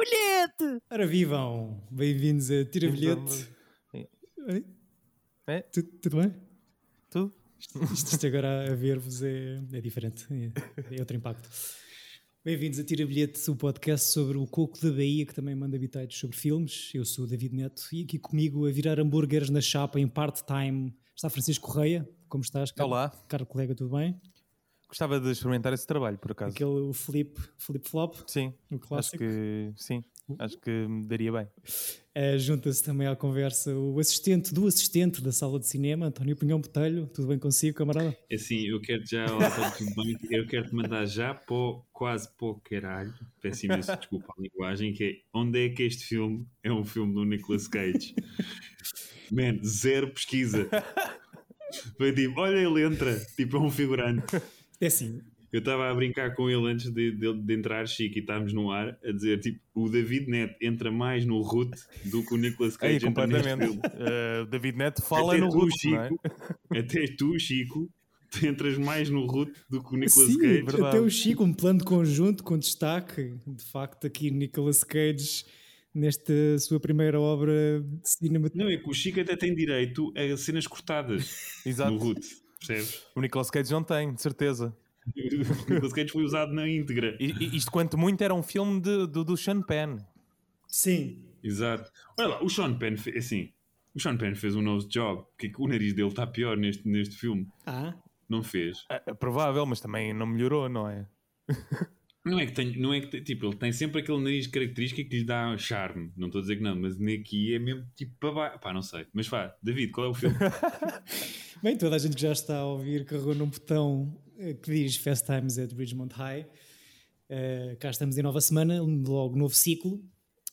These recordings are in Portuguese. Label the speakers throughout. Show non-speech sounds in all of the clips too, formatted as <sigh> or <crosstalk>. Speaker 1: bilhete!
Speaker 2: Ora vivam, bem-vindos a Tira Bilhete. Oi?
Speaker 3: Então, É?
Speaker 2: Tu- tudo bem?
Speaker 3: Tudo?
Speaker 2: Isto, isto- isto agora a ver-vos é, é diferente, é, é outro impacto. Bem-vindos a Tira Bilhete, o podcast sobre o coco da Bahia, que também manda bitites sobre filmes. Eu sou o David Neto e aqui comigo a virar hambúrgueres na chapa em part-time está Francisco Correia. Como estás? Caro,
Speaker 3: Olá.
Speaker 2: Caro colega, tudo bem?
Speaker 3: Gostava de experimentar esse trabalho, por acaso.
Speaker 2: Aquele o flip, flip flop,
Speaker 3: Sim,
Speaker 2: o
Speaker 3: acho
Speaker 2: clássico.
Speaker 3: que sim. Acho que me daria bem.
Speaker 2: Eh, Junta-se também à conversa o assistente do assistente da sala de cinema, António Pinhão Botelho. Tudo bem consigo, camarada?
Speaker 4: Assim, eu quero já, olá, está tudo bem? eu quero te mandar já pô, quase para o caralho, peço imenso desculpa a linguagem, que é onde é que este filme é um filme do Nicolas Cage? Man, zero pesquisa. Foi tipo, olha ele entra, tipo é um figurante.
Speaker 2: É assim,
Speaker 4: Eu estava a brincar com ele antes de, de, de entrar, Chico, e estávamos no ar, a dizer tipo, o David Neto entra mais no root do que o Nicolas Cage
Speaker 3: Aí,
Speaker 4: entra neste
Speaker 3: completamente.
Speaker 4: filme.
Speaker 3: Eh, David Neto fala
Speaker 4: até
Speaker 3: no
Speaker 4: tu,
Speaker 3: grupo, não é?
Speaker 4: Chico, até tu, Chico, tu entras mais no root do que o Nicolas
Speaker 2: Sim,
Speaker 4: Cage.
Speaker 3: verdade.
Speaker 2: até o Chico, um plano de conjunto com destaque. De facto, aqui Nicolas Cage, nesta sua primeira obra de cinema.
Speaker 4: Não, é que o Chico até tem direito a cenas cortadas no
Speaker 3: Exato.
Speaker 4: root, percebes? <laughs>
Speaker 3: O Nicolas Cage não tem, de certeza.
Speaker 4: O Nicolas Cage foi usado na íntegra.
Speaker 3: E, e isto, quanto muito, era um filme de- do, do Sean Penn.
Speaker 2: Sim,
Speaker 4: Exato. Olha lá, o Sean Penn fez assim. O Sean Penn fez um nose job. Porque é que o nariz dele está pior neste, neste filme.
Speaker 2: ah,
Speaker 4: Não fez.
Speaker 3: Ah, é provável, mas também não melhorou, não é?
Speaker 4: Não é que tem, não é que tem- tipo, ele tem sempre aquele nariz característico que lhe dá um charme. Não estou a dizer que não, mas aqui é mesmo tipo para baixo. Pá, não sei. Mas vá, David, qual é o filme?
Speaker 2: Bem, toda a gente que já está a ouvir carregou num botão eh, que diz Fast Times at Ridgemont High. Eh, cá estamos em nova semana, logo novo ciclo.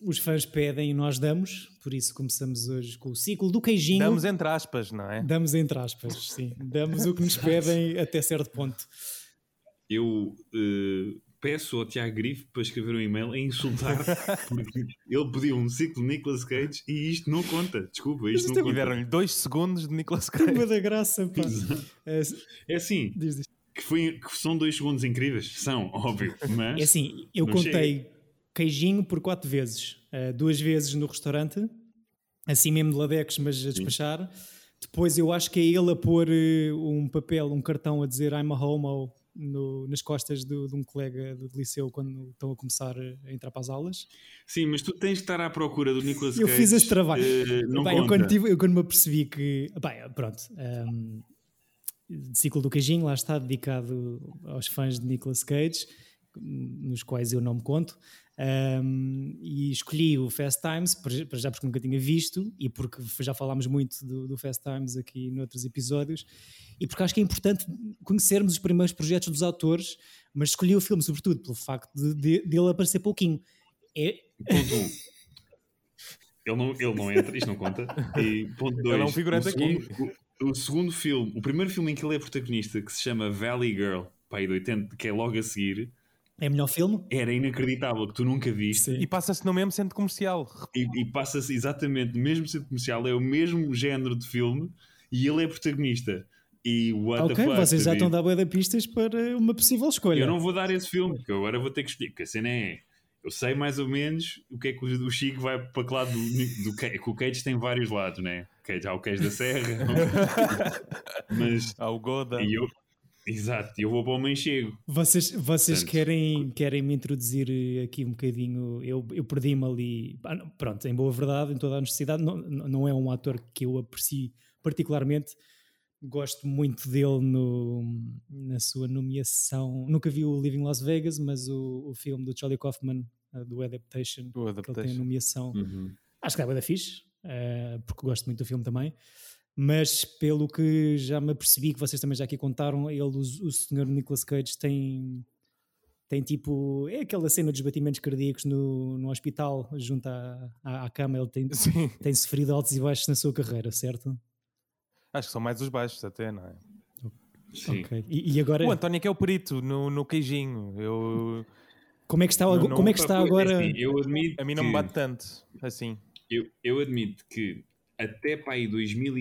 Speaker 2: Os fãs pedem e nós damos, por isso começamos hoje com o ciclo do queijinho.
Speaker 3: Damos entre aspas, não é?
Speaker 2: Damos entre aspas, sim. Damos o que nos pedem até certo ponto.
Speaker 4: eu eh, peço ao Tiago Grifo para escrever um e-mail a
Speaker 2: <laughs>
Speaker 4: insultar porque ele pediu um ciclo de Nicolas Cage e isto não conta. Desculpa, isto
Speaker 2: Mas
Speaker 4: não
Speaker 3: E
Speaker 4: conta.
Speaker 3: deram-lhe dois segundos de Nicolas
Speaker 2: Turma
Speaker 3: Cage.
Speaker 2: da graça, pá. Eh,
Speaker 4: É assim,
Speaker 2: diz, diz.
Speaker 4: que, foi- que são dois segundos incríveis, são,
Speaker 2: <laughs>
Speaker 4: óbvio, né? mas
Speaker 2: É assim, eu
Speaker 4: Não
Speaker 2: contei queijinho por quatro vezes. Uh, duas vezes no restaurante, assim mesmo de ladecos, mas a despachar. Depois eu acho que é ele a pôr uh, um papel, um cartão a dizer I'm a homo no- nas costas do- de um colega do liceu quando estão a começar a entrar para as aulas.
Speaker 4: sim, mas tu tens que estar à procura do Nicolas
Speaker 2: Eu
Speaker 4: Cage.
Speaker 2: fiz esse trabalho.
Speaker 4: eh, não
Speaker 2: Bem, eu,
Speaker 4: conta.
Speaker 2: quando tive- eu quando me apercebi que. Bem, pronto. hum, ciclo do Queijinho, lá está, dedicado aos fãs de Nicolas Cage, nos quais eu não me conto. hum, e escolhi o Fast Times, para para já porque nunca tinha visto e porque já falámos muito do, do Fast Times aqui noutros episódios, e porque acho que é importante conhecermos os primeiros projetos dos autores, mas escolhi o filme sobretudo pelo facto de, de, dele aparecer pouquinho. É,
Speaker 4: Ponto um. Ele não, ele não entra, isto não conta. E ponto dois.
Speaker 3: Ele é um figurante
Speaker 4: o
Speaker 3: aqui.
Speaker 4: segundo- o, o segundo filme, o primeiro filme em que ele é protagonista, que se chama Valley Girl, pai do 80, que é logo a seguir,
Speaker 2: é melhor filme?
Speaker 4: era inacreditável que tu nunca viste
Speaker 3: E passa-se no mesmo centro comercial.
Speaker 4: e, e passa-se exatamente no mesmo centro comercial, é o mesmo género de filme e ele é protagonista. E what the
Speaker 2: Ok,
Speaker 4: fuck,
Speaker 2: vocês já
Speaker 4: David?
Speaker 2: estão a dar bué de pistas para uma possível escolha.
Speaker 4: Eu não vou dar esse filme, porque eu agora vou ter que escolher, porque a cena é. Eu sei mais ou menos o que é que o o Chico vai para que lado do, do Cage. Que o Cage tem vários lados, né? O Cage, há o Cage da Serra,
Speaker 2: <laughs>
Speaker 4: mas.
Speaker 3: Ao Goda.
Speaker 4: E eu, exato, eu vou para o Manchego.
Speaker 2: Vocês, vocês
Speaker 4: Portanto,
Speaker 2: querem, querem me introduzir eh, aqui um bocadinho? Eu, eu perdi-me ali. Ah, não, Pronto, em boa verdade, em toda a necessidade, não, não não é um ator que eu aprecio particularmente. Gosto muito dele no, na sua nomeação. Nunca vi o Living Las Vegas, mas o, o filme do Charlie Kaufman, eh, do Adaptation,
Speaker 3: O
Speaker 2: que ele tem a
Speaker 3: Adaptation.
Speaker 2: nomeação.
Speaker 3: Uhum.
Speaker 2: Acho que é bué da fixe, eh, porque gosto muito do filme também. Mas pelo que já me apercebi, que vocês também já aqui contaram, ele, o, o senhor Nicolas Cage tem, tem tipo. É aquela cena dos batimentos cardíacos no, no hospital, junto à, à, à cama. Ele tem,
Speaker 3: Sim,
Speaker 2: tem sofrido altos e baixos na sua carreira, certo?
Speaker 3: acho que são mais os baixos até, não é?
Speaker 4: Sim.
Speaker 2: Ok. E, e agora,
Speaker 3: O António é que é o perito no, no queijinho. Eu,
Speaker 2: como é que está,
Speaker 3: Não,
Speaker 2: ago-
Speaker 3: não-
Speaker 2: como é que está
Speaker 4: Pá, pois,
Speaker 2: agora?
Speaker 4: é assim, eu admito
Speaker 3: a mim não me
Speaker 4: que-
Speaker 3: bate tanto, assim.
Speaker 4: Eu, eu admito que até para aí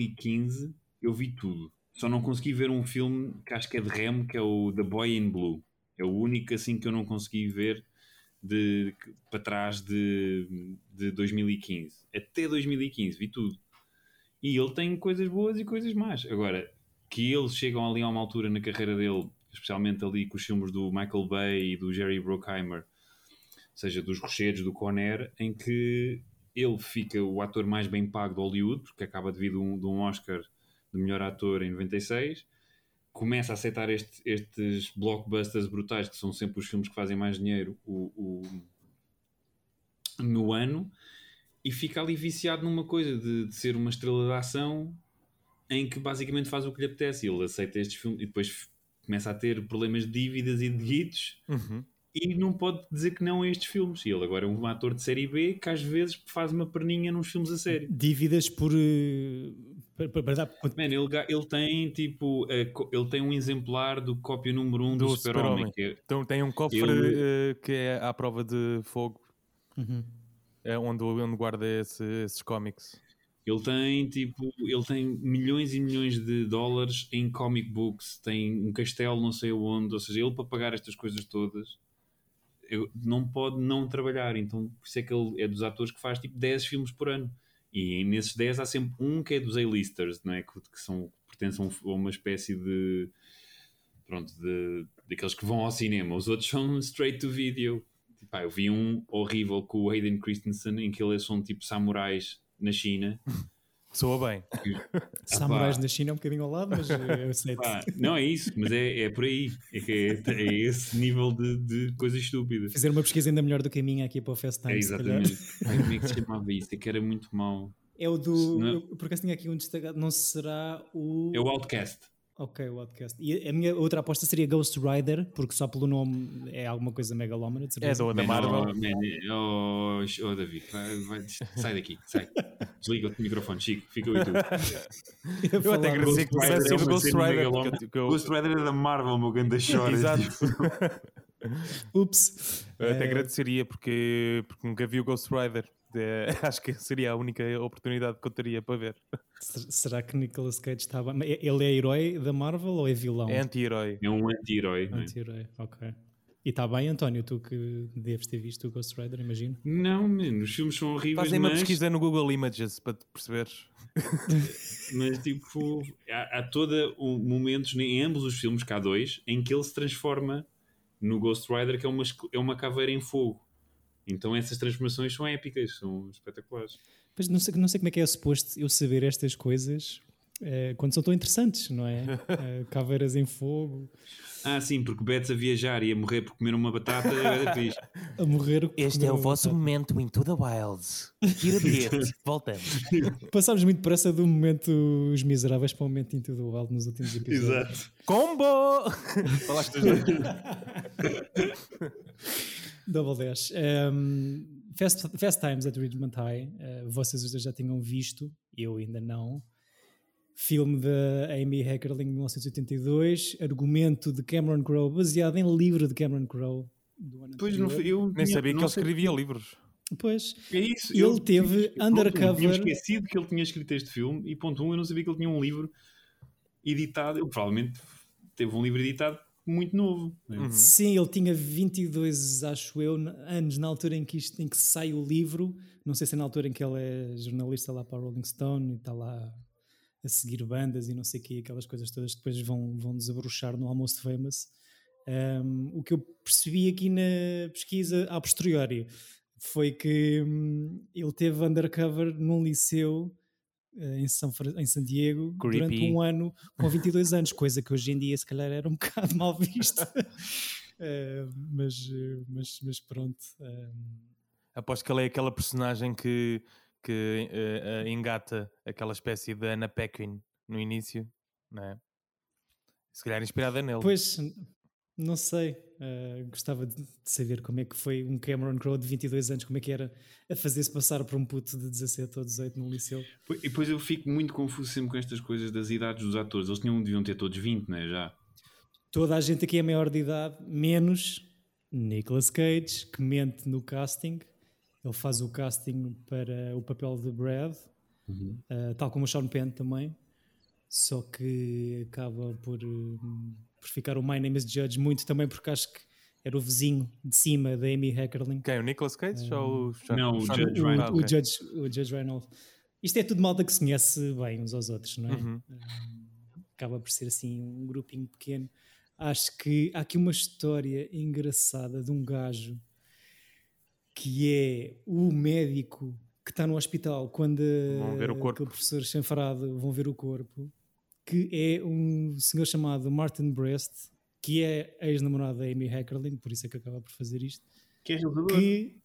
Speaker 4: 2015 eu vi tudo. Só não consegui ver um filme que acho que é de Rem, que é o The Boy in Blue. É o único assim que eu não consegui ver de, para trás de, de 2015. Até 2015, vi tudo. E ele tem coisas boas e coisas más. Agora, que eles chegam ali a uma altura na carreira dele, especialmente ali com os filmes do Michael Bay e do Jerry Bruckheimer, ou seja, dos rochedos, do Conner, em que ele fica o ator mais bem pago de Hollywood, porque acaba de vir de um, de um Oscar de melhor ator em 96, começa a aceitar este- estes blockbusters brutais, que são sempre os filmes que fazem mais dinheiro o- o- no ano, e fica ali viciado numa coisa de, de ser uma estrela de ação em que basicamente faz o que lhe apetece. Ele aceita estes filmes e depois f- começa a ter problemas de dívidas e de hits
Speaker 3: Uhum.
Speaker 4: e não pode dizer que não a estes filmes. E ele agora é um ator de série B que às vezes faz uma perninha nos filmes a sério.
Speaker 2: Dívidas por. eh, para- para- para dar-
Speaker 4: Man, ele, ga- ele tem tipo a co- ele tem um exemplar do cópia número 1 um do,
Speaker 3: Do
Speaker 4: Super-Homem.
Speaker 3: Super-Homem.
Speaker 4: que é-
Speaker 3: Então tem um cofre
Speaker 4: Ele-
Speaker 3: eh, que é à prova de fogo,
Speaker 2: Uhum.
Speaker 3: é onde, onde guarda esse- esses cómics.
Speaker 4: Ele tem tipo ele tem milhões e milhões de dólares em comic books, tem um castelo não sei onde, ou seja, ele para pagar estas coisas todas eu- não pode não trabalhar, então por isso é que ele é dos atores que faz tipo 10 filmes por ano. E nesses 10 há sempre um que é dos A-listers, não é? que, que são, que pertencem a um- a uma espécie de pronto, de, daqueles que vão ao cinema. Os outros são straight to video. Pá, eu vi um horrível com o Hayden Christensen em que eles são tipo samurais na China.
Speaker 3: Soa bem.
Speaker 2: Samurais na China é um bocadinho ao lado, mas eh, eu aceito.
Speaker 4: Pá, não é isso, mas é, é por aí. É, que é, é esse nível de, de coisa estúpida.
Speaker 2: Fazer uma pesquisa ainda melhor do que a minha aqui para o Fast Time.
Speaker 4: É
Speaker 2: se calhar.
Speaker 4: exatamente. Ai, como é que se chamava isso? É que era muito mau.
Speaker 2: É o do.
Speaker 4: Não.
Speaker 2: eu, por acaso tinha aqui um destacado. Não será o.
Speaker 4: É o Outcast.
Speaker 2: Ok, o podcast. E a minha outra aposta seria Ghost Rider, porque só pelo nome é alguma coisa megalómana. de
Speaker 3: É
Speaker 2: certeza.
Speaker 3: da, da
Speaker 4: Man,
Speaker 3: Marvel.
Speaker 4: Oh, man, oh, sh- oh, David, vai- vai- sai daqui, sai. Desliga o microfone, Chico, fica <laughs> eu e tu.
Speaker 3: Eu até
Speaker 2: Falar-
Speaker 3: agradeci que
Speaker 4: Ghost
Speaker 3: tivesse
Speaker 4: Rider é
Speaker 3: sido
Speaker 4: uma
Speaker 3: Ghost
Speaker 4: cena
Speaker 3: Rider.
Speaker 4: megalómana.
Speaker 3: porque eu- que eu-
Speaker 4: Ghost Rider é da Marvel, meu grande chora. tipo.
Speaker 3: Exato.
Speaker 4: <laughs>
Speaker 2: Ups.
Speaker 3: Eu até
Speaker 2: Eh,
Speaker 3: agradeceria porque, porque nunca vi o Ghost Rider. É, <laughs> acho que seria a única oportunidade que eu teria para ver.
Speaker 2: ser- Será que Nicolas Cage estava. mas Ele é herói da Marvel ou é vilão?
Speaker 3: É anti-herói.
Speaker 4: É um anti-herói. não é?
Speaker 2: Anti-herói, ok. E está bem, António, tu que deves ter visto o Ghost Rider, imagino.
Speaker 4: Não, mano, os filmes são horríveis,
Speaker 3: Fazem uma
Speaker 4: mas,
Speaker 3: pesquisa no Google Images para te perceberes.
Speaker 4: mas tipo, há, há todo o momentos em ambos os filmes, que há dois, em que ele se transforma no Ghost Rider, que é uma, esque- é uma caveira em fogo. Então essas transformações são épicas, são espetaculares.
Speaker 2: Pois não sei, não sei como é que é suposto eu saber estas coisas eh, quando são tão interessantes, não
Speaker 3: <laughs>
Speaker 2: é? Eh, caveiras em fogo,
Speaker 4: Ah, sim, porque Betts a viajar e a morrer por comer uma batata era fixe.
Speaker 2: a morrer.
Speaker 1: Este é o vosso momento Into the Wilds. Tira
Speaker 4: <laughs>
Speaker 1: bilhete. Voltamos.
Speaker 2: Passámos muito depressa do momento Os Miseráveis para o momento Into the Wild nos últimos episódios.
Speaker 3: Combo! Falaste os dois.
Speaker 2: Double Dash. Um, Fast, Fast Times at Ridgemont High. uh, vocês os dois já tinham visto, eu ainda não. Filme da Amy Heckerling de 1982, argumento de Cameron Crowe, baseado em livro de Cameron Crowe. Do ano
Speaker 4: Pois não,
Speaker 2: anterior.
Speaker 4: eu
Speaker 3: Nem
Speaker 4: tinha-
Speaker 3: sabia que
Speaker 4: não
Speaker 3: ele
Speaker 4: sei-
Speaker 3: escrevia livros.
Speaker 2: Pois,
Speaker 4: É isso.
Speaker 2: Ele
Speaker 4: eu-
Speaker 2: teve
Speaker 4: Pronto, Eu tinha um
Speaker 2: undercover.
Speaker 4: esquecido que ele tinha escrito este filme e ponto um, eu não sabia que ele tinha um livro editado. Ele provavelmente teve um livro editado muito novo. né?
Speaker 3: Uhum.
Speaker 2: Sim, ele tinha 22, acho eu, na- anos na altura em que, isto, em que sai o livro. Não sei se é na altura em que ele é jornalista lá para a Rolling Stone e está lá a seguir bandas e não sei o quê, aquelas coisas todas que depois vão, vão desabrochar no Almost Famous. Um, o que eu percebi aqui na pesquisa a posteriori foi que hum, ele teve undercover num liceu eh, em São, Fran- em San Diego durante
Speaker 3: Creepy.
Speaker 2: um ano com 22 anos, coisa que hoje em dia se calhar era um <laughs> bocado mal vista. Eh, mas, eh, mas, mas pronto. ehm,
Speaker 3: Aposto que ele é aquela personagem que, que eh, eh, engata aquela espécie de Anna Paquin no início, não é? Se calhar inspirada nele.
Speaker 2: Pois, não sei. eh, gostava de de saber como é que foi um Cameron Crowe de 22 anos, como é que era a fazer-se passar por um puto de 17 ou 18 no liceu.
Speaker 4: E depois eu fico muito confuso sempre com estas coisas das idades dos atores. Eles tinham, deviam ter todos 20, né? Já.
Speaker 2: Toda a gente aqui é maior de idade, menos Nicolas Cage, que mente no casting. Ele faz o casting para o papel de Brad, eh, tal como o Sean Penn também. Só eh, que acaba por, hum, por ficar o My Name is Judge muito também, porque acho que Era o vizinho de cima da Amy Heckerling.
Speaker 3: Quem? O Nicolas Cage ou o Sean-
Speaker 4: Não, o
Speaker 3: Sean-
Speaker 4: Judge
Speaker 2: O,
Speaker 4: Reinhold.
Speaker 3: Ah,
Speaker 2: Eh, o
Speaker 3: ok.
Speaker 2: Judge, o Judge Reinhold. Isto é tudo malta que se conhece bem uns aos outros, não é?
Speaker 3: Uhum.
Speaker 2: Acaba por ser assim um grupinho pequeno. Acho que há aqui uma história engraçada de um gajo que é o médico que está no hospital quando
Speaker 3: Vão ver o
Speaker 2: eh,
Speaker 3: corpo.
Speaker 2: aquele professor chanfarado vão ver o corpo, que é um senhor chamado Martin Brest, que é ex-namorado da Amy Heckerling, por isso é que acaba por fazer isto
Speaker 4: Que é revelador.
Speaker 2: que,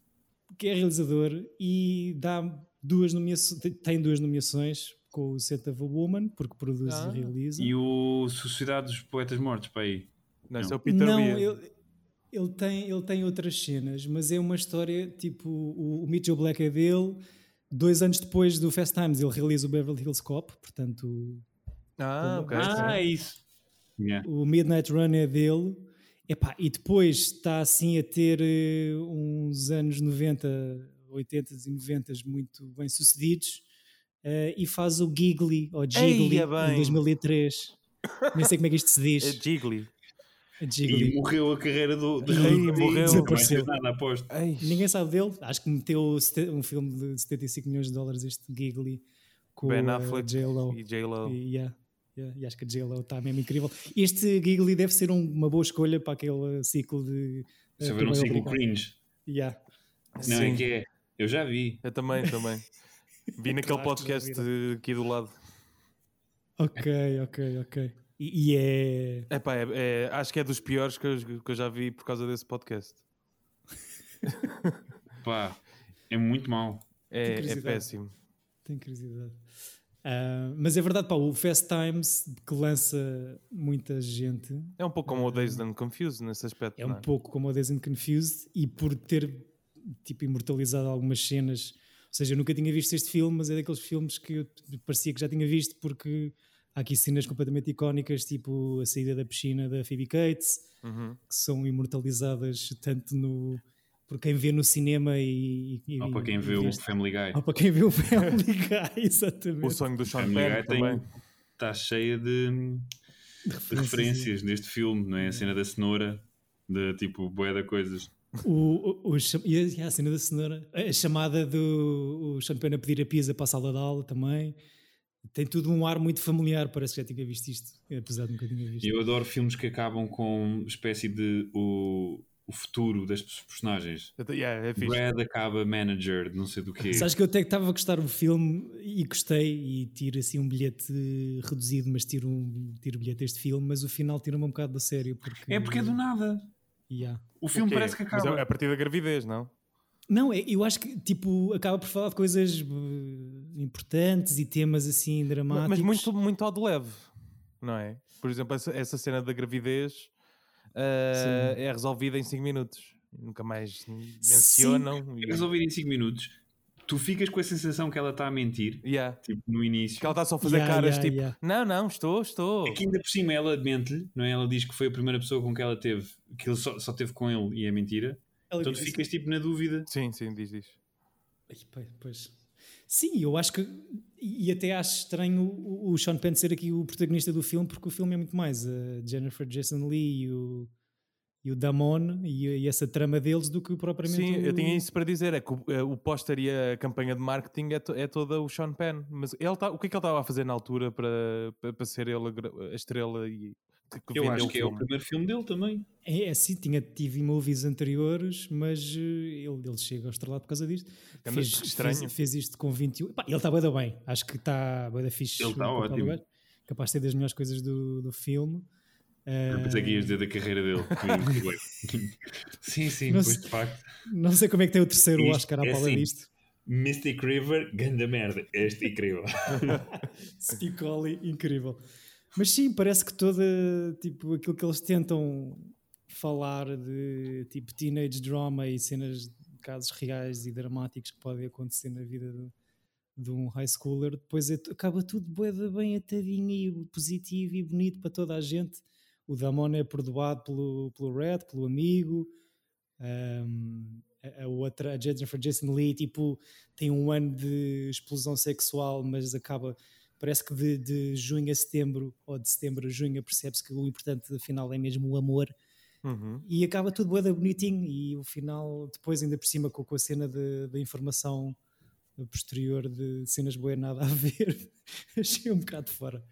Speaker 2: que é realizador e dá duas nomeações, tem duas nomeações com o Set of a Woman, porque produz
Speaker 3: Ah,
Speaker 2: e realiza.
Speaker 4: E o Sociedade dos Poetas Mortos, para aí.
Speaker 3: Não, esse é
Speaker 4: Não.
Speaker 3: o Peter
Speaker 2: não,
Speaker 3: Weir.
Speaker 2: ele, ele, tem, ele tem outras cenas, mas é uma história tipo o, o Mitchell Black é dele. Dois anos depois do Fast Times, ele realiza o Beverly Hills Cop, portanto
Speaker 3: Ah, ok.
Speaker 4: Ah, isso. Yeah.
Speaker 2: o Midnight Run é dele. Epá, e depois está assim a ter eh, uns anos 90, 80 e 90 muito bem sucedidos eh, e faz o Giggly, ou Jiggly,
Speaker 3: Eia é bem.
Speaker 2: em 2003. Nem sei como é que isto se
Speaker 3: É
Speaker 2: diz. É
Speaker 3: Jiggly. É
Speaker 2: Jiggly.
Speaker 4: E morreu a carreira do. do
Speaker 3: Ei,
Speaker 4: do-
Speaker 3: morreu.
Speaker 4: Não vai
Speaker 2: Desapareceu.
Speaker 4: ter nada, aposto.
Speaker 3: Ei,
Speaker 2: Ninguém sabe dele. Acho que meteu sete- um filme de 75 milhões de dólares, este Giggly, com
Speaker 3: Ben
Speaker 2: eh,
Speaker 3: Affleck
Speaker 2: J.Lo.
Speaker 3: e J-Lo.
Speaker 2: E, yeah, yeah, e acho que a J.Lo está mesmo incrível. Este Giggly deve ser um- uma boa escolha para aquele uh, ciclo de. eh,
Speaker 4: Se houver um
Speaker 2: Turma
Speaker 4: ciclo
Speaker 2: Obrigada.
Speaker 4: cringe.
Speaker 2: Yeah.
Speaker 4: Não,
Speaker 3: Sim.
Speaker 4: é que é. Eu já vi.
Speaker 3: Eu também,
Speaker 2: <laughs>
Speaker 3: também. Vi
Speaker 2: Claro
Speaker 3: naquele
Speaker 2: que
Speaker 3: podcast
Speaker 2: já
Speaker 3: aqui do lado.
Speaker 2: Ok, ok, ok. E, e é.
Speaker 3: Epá, é, é, acho que é dos piores que eu, que eu já vi por causa desse podcast.
Speaker 4: Pá, é muito mau.
Speaker 2: Que
Speaker 3: É, é
Speaker 2: curiosidade.
Speaker 3: péssimo.
Speaker 2: Tenho curiosidade. Ah, mas é verdade, pá, o Fast Times que lança muita gente
Speaker 3: É um pouco como o Dazed and Confused nesse aspecto.
Speaker 2: é um
Speaker 3: não é?
Speaker 2: pouco como o Days and Confused e por ter tipo imortalizado algumas cenas. Ou seja, eu nunca tinha visto este filme, mas é daqueles filmes que eu t- parecia que já tinha visto porque há aqui cenas completamente icónicas, tipo a saída da piscina da Phoebe Cates,
Speaker 3: Uhum.
Speaker 2: que são imortalizadas tanto no por quem vê no cinema e, e-
Speaker 4: Ou para
Speaker 2: e
Speaker 4: quem vê o
Speaker 2: este- Ah,
Speaker 4: Family Guy.
Speaker 2: ou para quem vê o <laughs> Family Guy, exatamente.
Speaker 3: O sonho do Sean
Speaker 4: Family
Speaker 3: Penn
Speaker 4: Guy É, tem-
Speaker 3: também.
Speaker 4: Está cheia de, de referências neste filme, não é? A cena da cenoura, de tipo, bué de coisas.
Speaker 2: O, o- o cha- e a, e a cena da cenoura, a chamada do o champanhe a pedir a pizza para a sala de aula também. Tem tudo um ar muito familiar, parece que já tinha visto isto, é, apesar de nunca tinha visto.
Speaker 4: Eu adoro filmes que acabam com espécie de o, o futuro das personagens.
Speaker 3: Eu te- yeah, é fixe.
Speaker 4: Brad acaba manager de não sei do quê.
Speaker 2: Sabes que eu até que estava a gostar do filme e gostei e tiro assim um bilhete reduzido, mas tiro um tiro bilhete deste filme, mas o final tira-me um bocado da sério. Porque,
Speaker 4: É porque é do nada.
Speaker 2: Yeah.
Speaker 4: O filme
Speaker 3: O quê?
Speaker 4: parece que
Speaker 3: Mas
Speaker 4: acaba.
Speaker 3: é a partir da gravidez, não?
Speaker 2: Não, é- eu acho que tipo acaba por falar de coisas eh, importantes e temas assim dramáticos.
Speaker 3: Mas muito, muito ao de leve, não é? Por exemplo, essa, essa cena da gravidez eh, é resolvida em 5 minutos. Nunca mais mencionam. E...
Speaker 4: É Resolvido em 5 minutos. Tu ficas com a sensação que ela está a mentir,
Speaker 3: Yeah.
Speaker 4: tipo, no início.
Speaker 3: Que ela está só a fazer
Speaker 2: Yeah,
Speaker 3: caras
Speaker 2: yeah,
Speaker 3: tipo:
Speaker 2: yeah.
Speaker 3: Não, não, estou, estou.
Speaker 4: É que ainda por cima ela admite-lhe, não é? Ela diz que foi a primeira pessoa com que ela teve, que ele só, só teve com ele e é mentira.
Speaker 2: Ela
Speaker 4: Então tu
Speaker 2: diz-
Speaker 4: ficas tipo na dúvida.
Speaker 3: Sim, sim, diz, diz.
Speaker 2: Ai, pois- Pois. Sim, eu acho que. E até acho estranho o, o Sean Penn ser aqui o protagonista do filme, porque o filme é muito mais a Jennifer Jason Lee e o, e o Damon e, e essa trama deles do que propriamente.
Speaker 3: Sim, eu
Speaker 2: o-
Speaker 3: tinha isso para dizer. É que o, é, o póster e a campanha de marketing é, to- é toda o Sean Penn. Mas ele tá, o que é que ele estava a fazer na altura para, para, para ser ele a, gra- a estrela e que, que
Speaker 4: Eu
Speaker 3: vendeu
Speaker 4: acho
Speaker 3: o
Speaker 4: que é o
Speaker 3: filme?
Speaker 4: primeiro filme dele também.
Speaker 2: É, é sim, tinha TV movies anteriores, mas eh, ele, ele chega ao estrelado por causa disto.
Speaker 4: É
Speaker 3: Ganda- estranho.
Speaker 2: Fez, fez isto com 21. Pá, ele está bué da bem, acho que está bué da fixe.
Speaker 4: Ele
Speaker 2: no
Speaker 4: tá
Speaker 2: papel
Speaker 4: ótimo.
Speaker 2: do gajo. Capaz de ser das melhores coisas do, do filme. Eh,
Speaker 4: Eu pensei que ias dizer da carreira dele. <laughs> sim, sim,
Speaker 2: Não
Speaker 4: pois
Speaker 2: sei.
Speaker 4: de facto.
Speaker 2: Não sei como é que tem o terceiro
Speaker 4: Isto
Speaker 2: Oscar à
Speaker 4: é
Speaker 2: pala
Speaker 4: assim.
Speaker 2: disto.
Speaker 4: Mystic River, ganda merda. Este é incrível.
Speaker 2: <laughs> Steve Collie, incrível. Mas sim, parece que toda tipo, aquilo que eles tentam falar de tipo teenage drama e cenas de casos reais e dramáticos que podem acontecer na vida de, de um high schooler, depois é tu- acaba tudo bué da bem atadinho e positivo e bonito para toda a gente. O Damon é perdoado pelo, pelo Red, pelo amigo. Ahm, a, a outra, a Jennifer Jason Lee, tipo, tem um ano de explosão sexual, mas acaba parece que de, de junho a setembro, ou de setembro a junho, percebe-se que o importante afinal é mesmo o amor
Speaker 3: Uhum.
Speaker 2: e acaba tudo bué da bonitinho e o final depois ainda por cima com, com a cena de- da informação posterior de cenas bué nada a ver <laughs> achei um bocado fora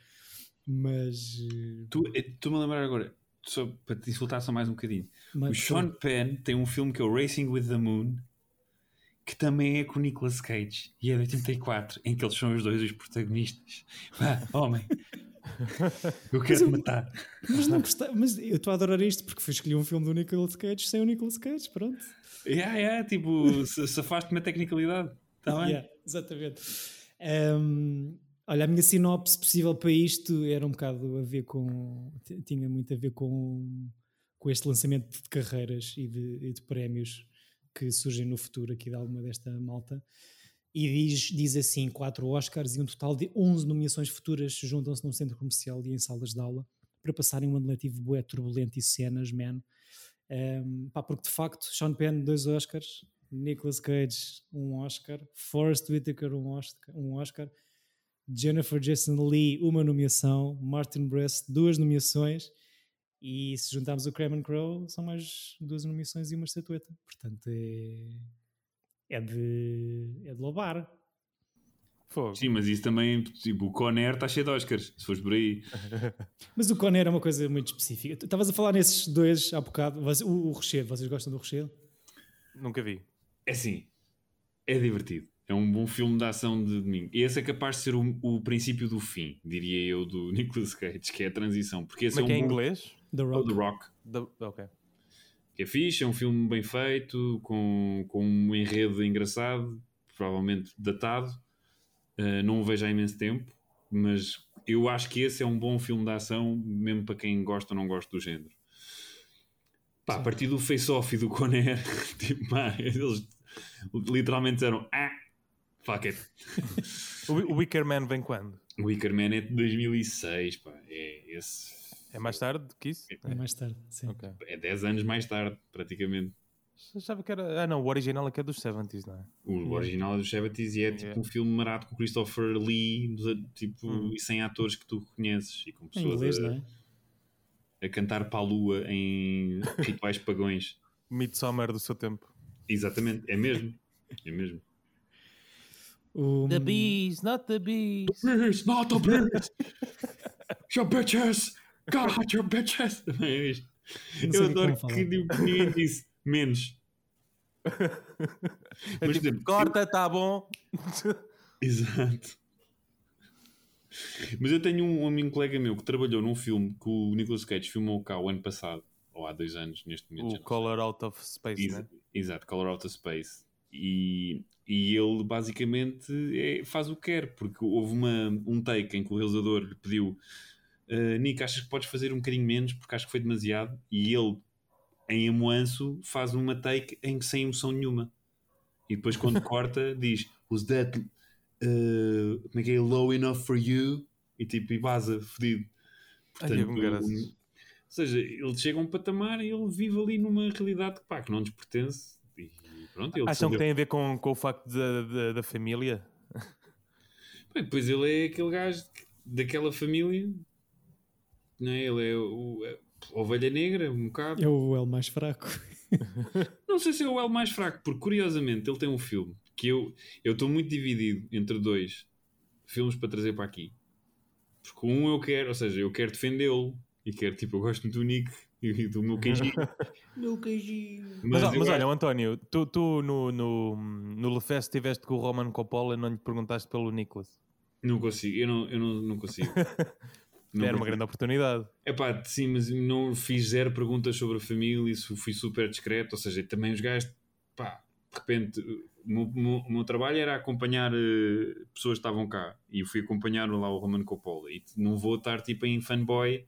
Speaker 2: mas, eh,
Speaker 4: <laughs> Tu, Estou-me a lembrar agora, só para te insultar só mais um bocadinho. O
Speaker 2: mas
Speaker 4: Sean Penn tem um filme que é o Racing with the Moon, que também é com o Nicolas Cage, e é de 84, em que eles são os dois os protagonistas. Pá, homem, eu quero te matar.
Speaker 2: mas não gostei, mas eu estou a adorar isto porque fui escolher um filme do Nicolas Cage sem o Nicolas Cage pronto
Speaker 4: Yeah, yeah, tipo, se- safaste-me a tecnicalidade. Está Tá bem?
Speaker 2: Yeah, exatamente. Ahm, olha, a minha sinopse possível para isto era um bocado a ver com. t- tinha muito a ver com, com este lançamento de carreiras e de, e de prémios que surgem no futuro aqui de alguma desta malta. E diz, diz assim: quatro Oscars e um total de 11 nomeações futuras juntam-se num centro comercial e em salas de aula para passarem um ano letivo bué turbulento e cenas, man. Um, pá, porque de facto, Sean Penn, dois Oscars, Nicolas Cage, um Oscar, Forrest Whitaker, um Oscar, um Oscar, Jennifer Jason Lee, uma nomeação, Martin Brest, duas nomeações, e se juntarmos o Cameron Crowe, são mais duas nomeações e uma estatueta. Portanto, é, é, de, é de louvar.
Speaker 3: Fogo.
Speaker 4: Sim, mas isso também, tipo, o Conair está cheio de Oscars, se fores por aí.
Speaker 2: Mas o Conner é uma coisa muito específica. Tu Estavas a falar nesses dois há bocado, Você- o, o Rochedo, vocês gostam do Rochedo?
Speaker 3: Nunca vi.
Speaker 4: É assim, é divertido. É um bom filme de ação de domingo. E esse é capaz de ser o, o princípio do fim, diria eu, do <laughs> Nicolas Cage, que é a transição. Porque esse
Speaker 3: Como é que é
Speaker 4: é
Speaker 3: em
Speaker 4: um bom...
Speaker 3: inglês?
Speaker 2: The
Speaker 4: Oh,
Speaker 2: Rock.
Speaker 4: The Rock.
Speaker 3: Da- Ok.
Speaker 4: Que é fixe, é um filme bem feito, com, com um enredo engraçado, provavelmente datado. Uh, não o vejo há imenso tempo, mas eu acho que esse é um bom filme de ação, mesmo para quem gosta ou não gosta do género. Pá, a partir do face-off e do Conair, <laughs> tipo, pá, eles literalmente disseram: Ah, fuck it.
Speaker 3: O, o Wicker Man vem quando?
Speaker 4: O Wicker Man é de 2006, pá, é esse.
Speaker 3: É mais tarde do que isso?
Speaker 2: É mais tarde, sim.
Speaker 3: Ok.
Speaker 4: É 10 anos mais tarde, praticamente.
Speaker 3: Achava que era. Ah, não, o original é que é dos 70s, não é?
Speaker 4: O original é do Chevetis e é tipo
Speaker 3: Yeah.
Speaker 4: um filme marado com Christopher Lee, dos- tipo,
Speaker 3: Hum.
Speaker 4: e sem atores que tu conheces e com
Speaker 2: Em
Speaker 4: pessoas
Speaker 2: inglês,
Speaker 4: a,
Speaker 2: não é?
Speaker 4: a cantar para a lua em rituais pagões.
Speaker 3: Midsummer do seu tempo.
Speaker 4: Exatamente, é mesmo. É mesmo.
Speaker 2: O-
Speaker 1: The bees, not the bees.
Speaker 4: Birds, not the birds! your bitches! God, your bitches! Também é isto.
Speaker 2: Não sei o
Speaker 4: Eu
Speaker 2: que é que
Speaker 4: adoro
Speaker 2: vão
Speaker 4: que tipo,
Speaker 2: falar.
Speaker 4: ninguém disse menos.
Speaker 3: É
Speaker 4: Mas,
Speaker 3: tipo,
Speaker 4: tipo,
Speaker 3: corta, tá bom.
Speaker 4: Exato. Mas eu tenho um, um, um colega meu que trabalhou num filme que o Nicolas Cage filmou cá o ano passado, ou há dois anos neste momento. já
Speaker 3: o
Speaker 4: não
Speaker 3: Color Out of Space,
Speaker 4: sei.
Speaker 3: né?
Speaker 4: Exa- Exato, Color Out of Space. E, e ele basicamente é- faz o que quer, porque houve uma, um take em que o realizador lhe pediu "Ah, Nick, achas que podes fazer um bocadinho menos porque acho que foi demasiado? E ele, em amuanço, faz uma take em que sem emoção nenhuma. E
Speaker 3: <laughs>
Speaker 4: depois, quando corta, diz: Was that uh, como é que é? low enough for you? E tipo, e vaza, fodido.
Speaker 3: Ai, que graças.
Speaker 4: um- ou seja, ele chega a um patamar e ele vive ali numa realidade que, pá, que não nos pertence. E pronto, ele
Speaker 3: Acham que
Speaker 4: sabe-
Speaker 3: tem a ver com, com o facto da, da, da família?
Speaker 4: Bem, pois ele é aquele gajo que- daquela família, não é? Ele é o. é a Ovelha negra, um bocado.
Speaker 2: É o L mais fraco.
Speaker 4: Não sei se é o L mais fraco, porque curiosamente ele tem um filme que eu eu estou muito dividido entre dois filmes para trazer para aqui. Porque um eu quero, ou seja, eu quero defendê-lo e quero, tipo, eu gosto muito do Nick e do meu
Speaker 3: <laughs>
Speaker 4: queijinho. meu queijinho.
Speaker 3: Mas, ó,
Speaker 4: eu
Speaker 3: mas
Speaker 4: acho-
Speaker 3: olha, António, tu, tu no, no, no Le Fest estiveste com o Roman Coppola e não lhe perguntaste pelo Nicholas.
Speaker 4: não consigo, eu não, eu não, não
Speaker 3: <laughs>
Speaker 4: consigo. Não
Speaker 3: Era uma
Speaker 4: consigo.
Speaker 3: grande oportunidade.
Speaker 4: É pá, sim, mas não fiz zero perguntas sobre a família, isso fui super discreto. Ou seja, também os gajos, pá, de repente, o meu, o meu- o meu trabalho era acompanhar eh, pessoas que estavam cá e eu fui acompanhar lá o Romano Coppola. E não vou estar tipo em fanboy,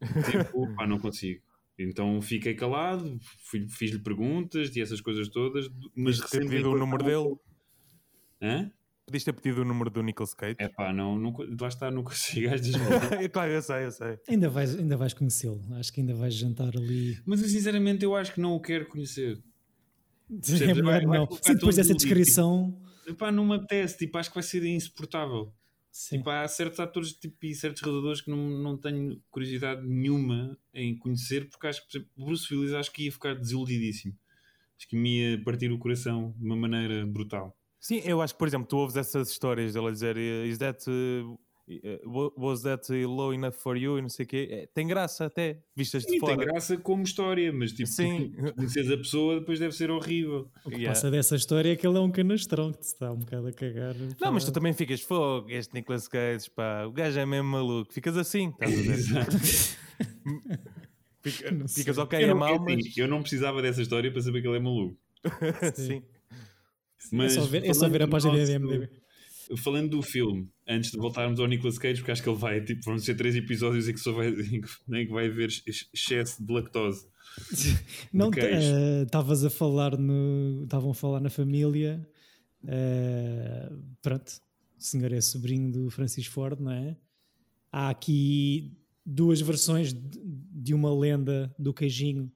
Speaker 3: <laughs>
Speaker 4: tipo, pá, não consigo. Então fiquei calado, fui- fiz-lhe perguntas e essas coisas todas, mas
Speaker 3: Ter
Speaker 4: recebi
Speaker 3: pedido o número dele.
Speaker 4: Hã?
Speaker 3: Podias ter pedido o número do Nicolas Cage.
Speaker 4: É pá, não, não, co- lá está, não consigo. às vezes-
Speaker 3: <laughs> claro, eu sei, eu sei.
Speaker 2: Ainda vais, ainda vais conhecê-lo. Acho que ainda vais jantar ali.
Speaker 4: Mas eu sinceramente eu acho que não o quero conhecer.
Speaker 2: É
Speaker 4: vai-
Speaker 2: melhor
Speaker 3: um
Speaker 4: vai
Speaker 2: não.
Speaker 4: colocar
Speaker 2: Sim, depois
Speaker 4: todo
Speaker 2: dessa
Speaker 4: o líquido.
Speaker 2: descrição.
Speaker 4: Epá, não me apetece, tipo, acho que vai ser insuportável.
Speaker 2: Sim.
Speaker 4: Tipo, há certos atores tipo, e certos realizadores que não, não tenho curiosidade nenhuma em conhecer, porque acho que, por exemplo, Bruce Willis acho que ia ficar desiludidíssimo. Acho que me ia partir o coração de uma maneira brutal.
Speaker 3: Sim, eu acho que, por exemplo, tu ouves essas histórias dela dizer Is that, uh, uh, was that low enough for you? E não sei o quê. É, Tem graça até, vistas de
Speaker 4: E
Speaker 3: fora.
Speaker 4: tem graça como história, mas tipo,
Speaker 3: Sim.
Speaker 4: tu conheces a pessoa, depois deve ser horrível.
Speaker 2: O que
Speaker 3: Yeah.
Speaker 2: passa dessa história é que ele é um canastrão que te está um bocado a cagar.
Speaker 3: Não, mas tu
Speaker 2: Fala-
Speaker 3: também ficas fogo, este Nicolas Cage, pá, o gajo é mesmo maluco, ficas assim, estás a ver?
Speaker 4: Exato.
Speaker 3: Fica-
Speaker 2: Não sei.
Speaker 3: ficas ok,
Speaker 4: eu,
Speaker 3: é
Speaker 4: não, é
Speaker 3: mau,
Speaker 4: assim,
Speaker 3: mas
Speaker 4: eu não precisava dessa história para saber que ele é maluco.
Speaker 3: <laughs> sim.
Speaker 2: é
Speaker 4: Mas
Speaker 2: só ver, é só
Speaker 4: falando
Speaker 2: ver a
Speaker 4: do
Speaker 2: página da
Speaker 4: nosso-
Speaker 2: IMDb.
Speaker 4: Falando do filme, antes de voltarmos ao Nicolas Cage, porque acho que ele vai, tipo, vão ser três episódios em que só vai, <laughs> em que- em que vai haver ex- excesso de lactose.
Speaker 2: Não,
Speaker 4: queijo.
Speaker 2: eh, estavas a falar no. Estavam a falar na família. eh, pronto, o senhor é sobrinho do Francis Ford, não é? Há aqui duas versões de, de uma lenda do queijinho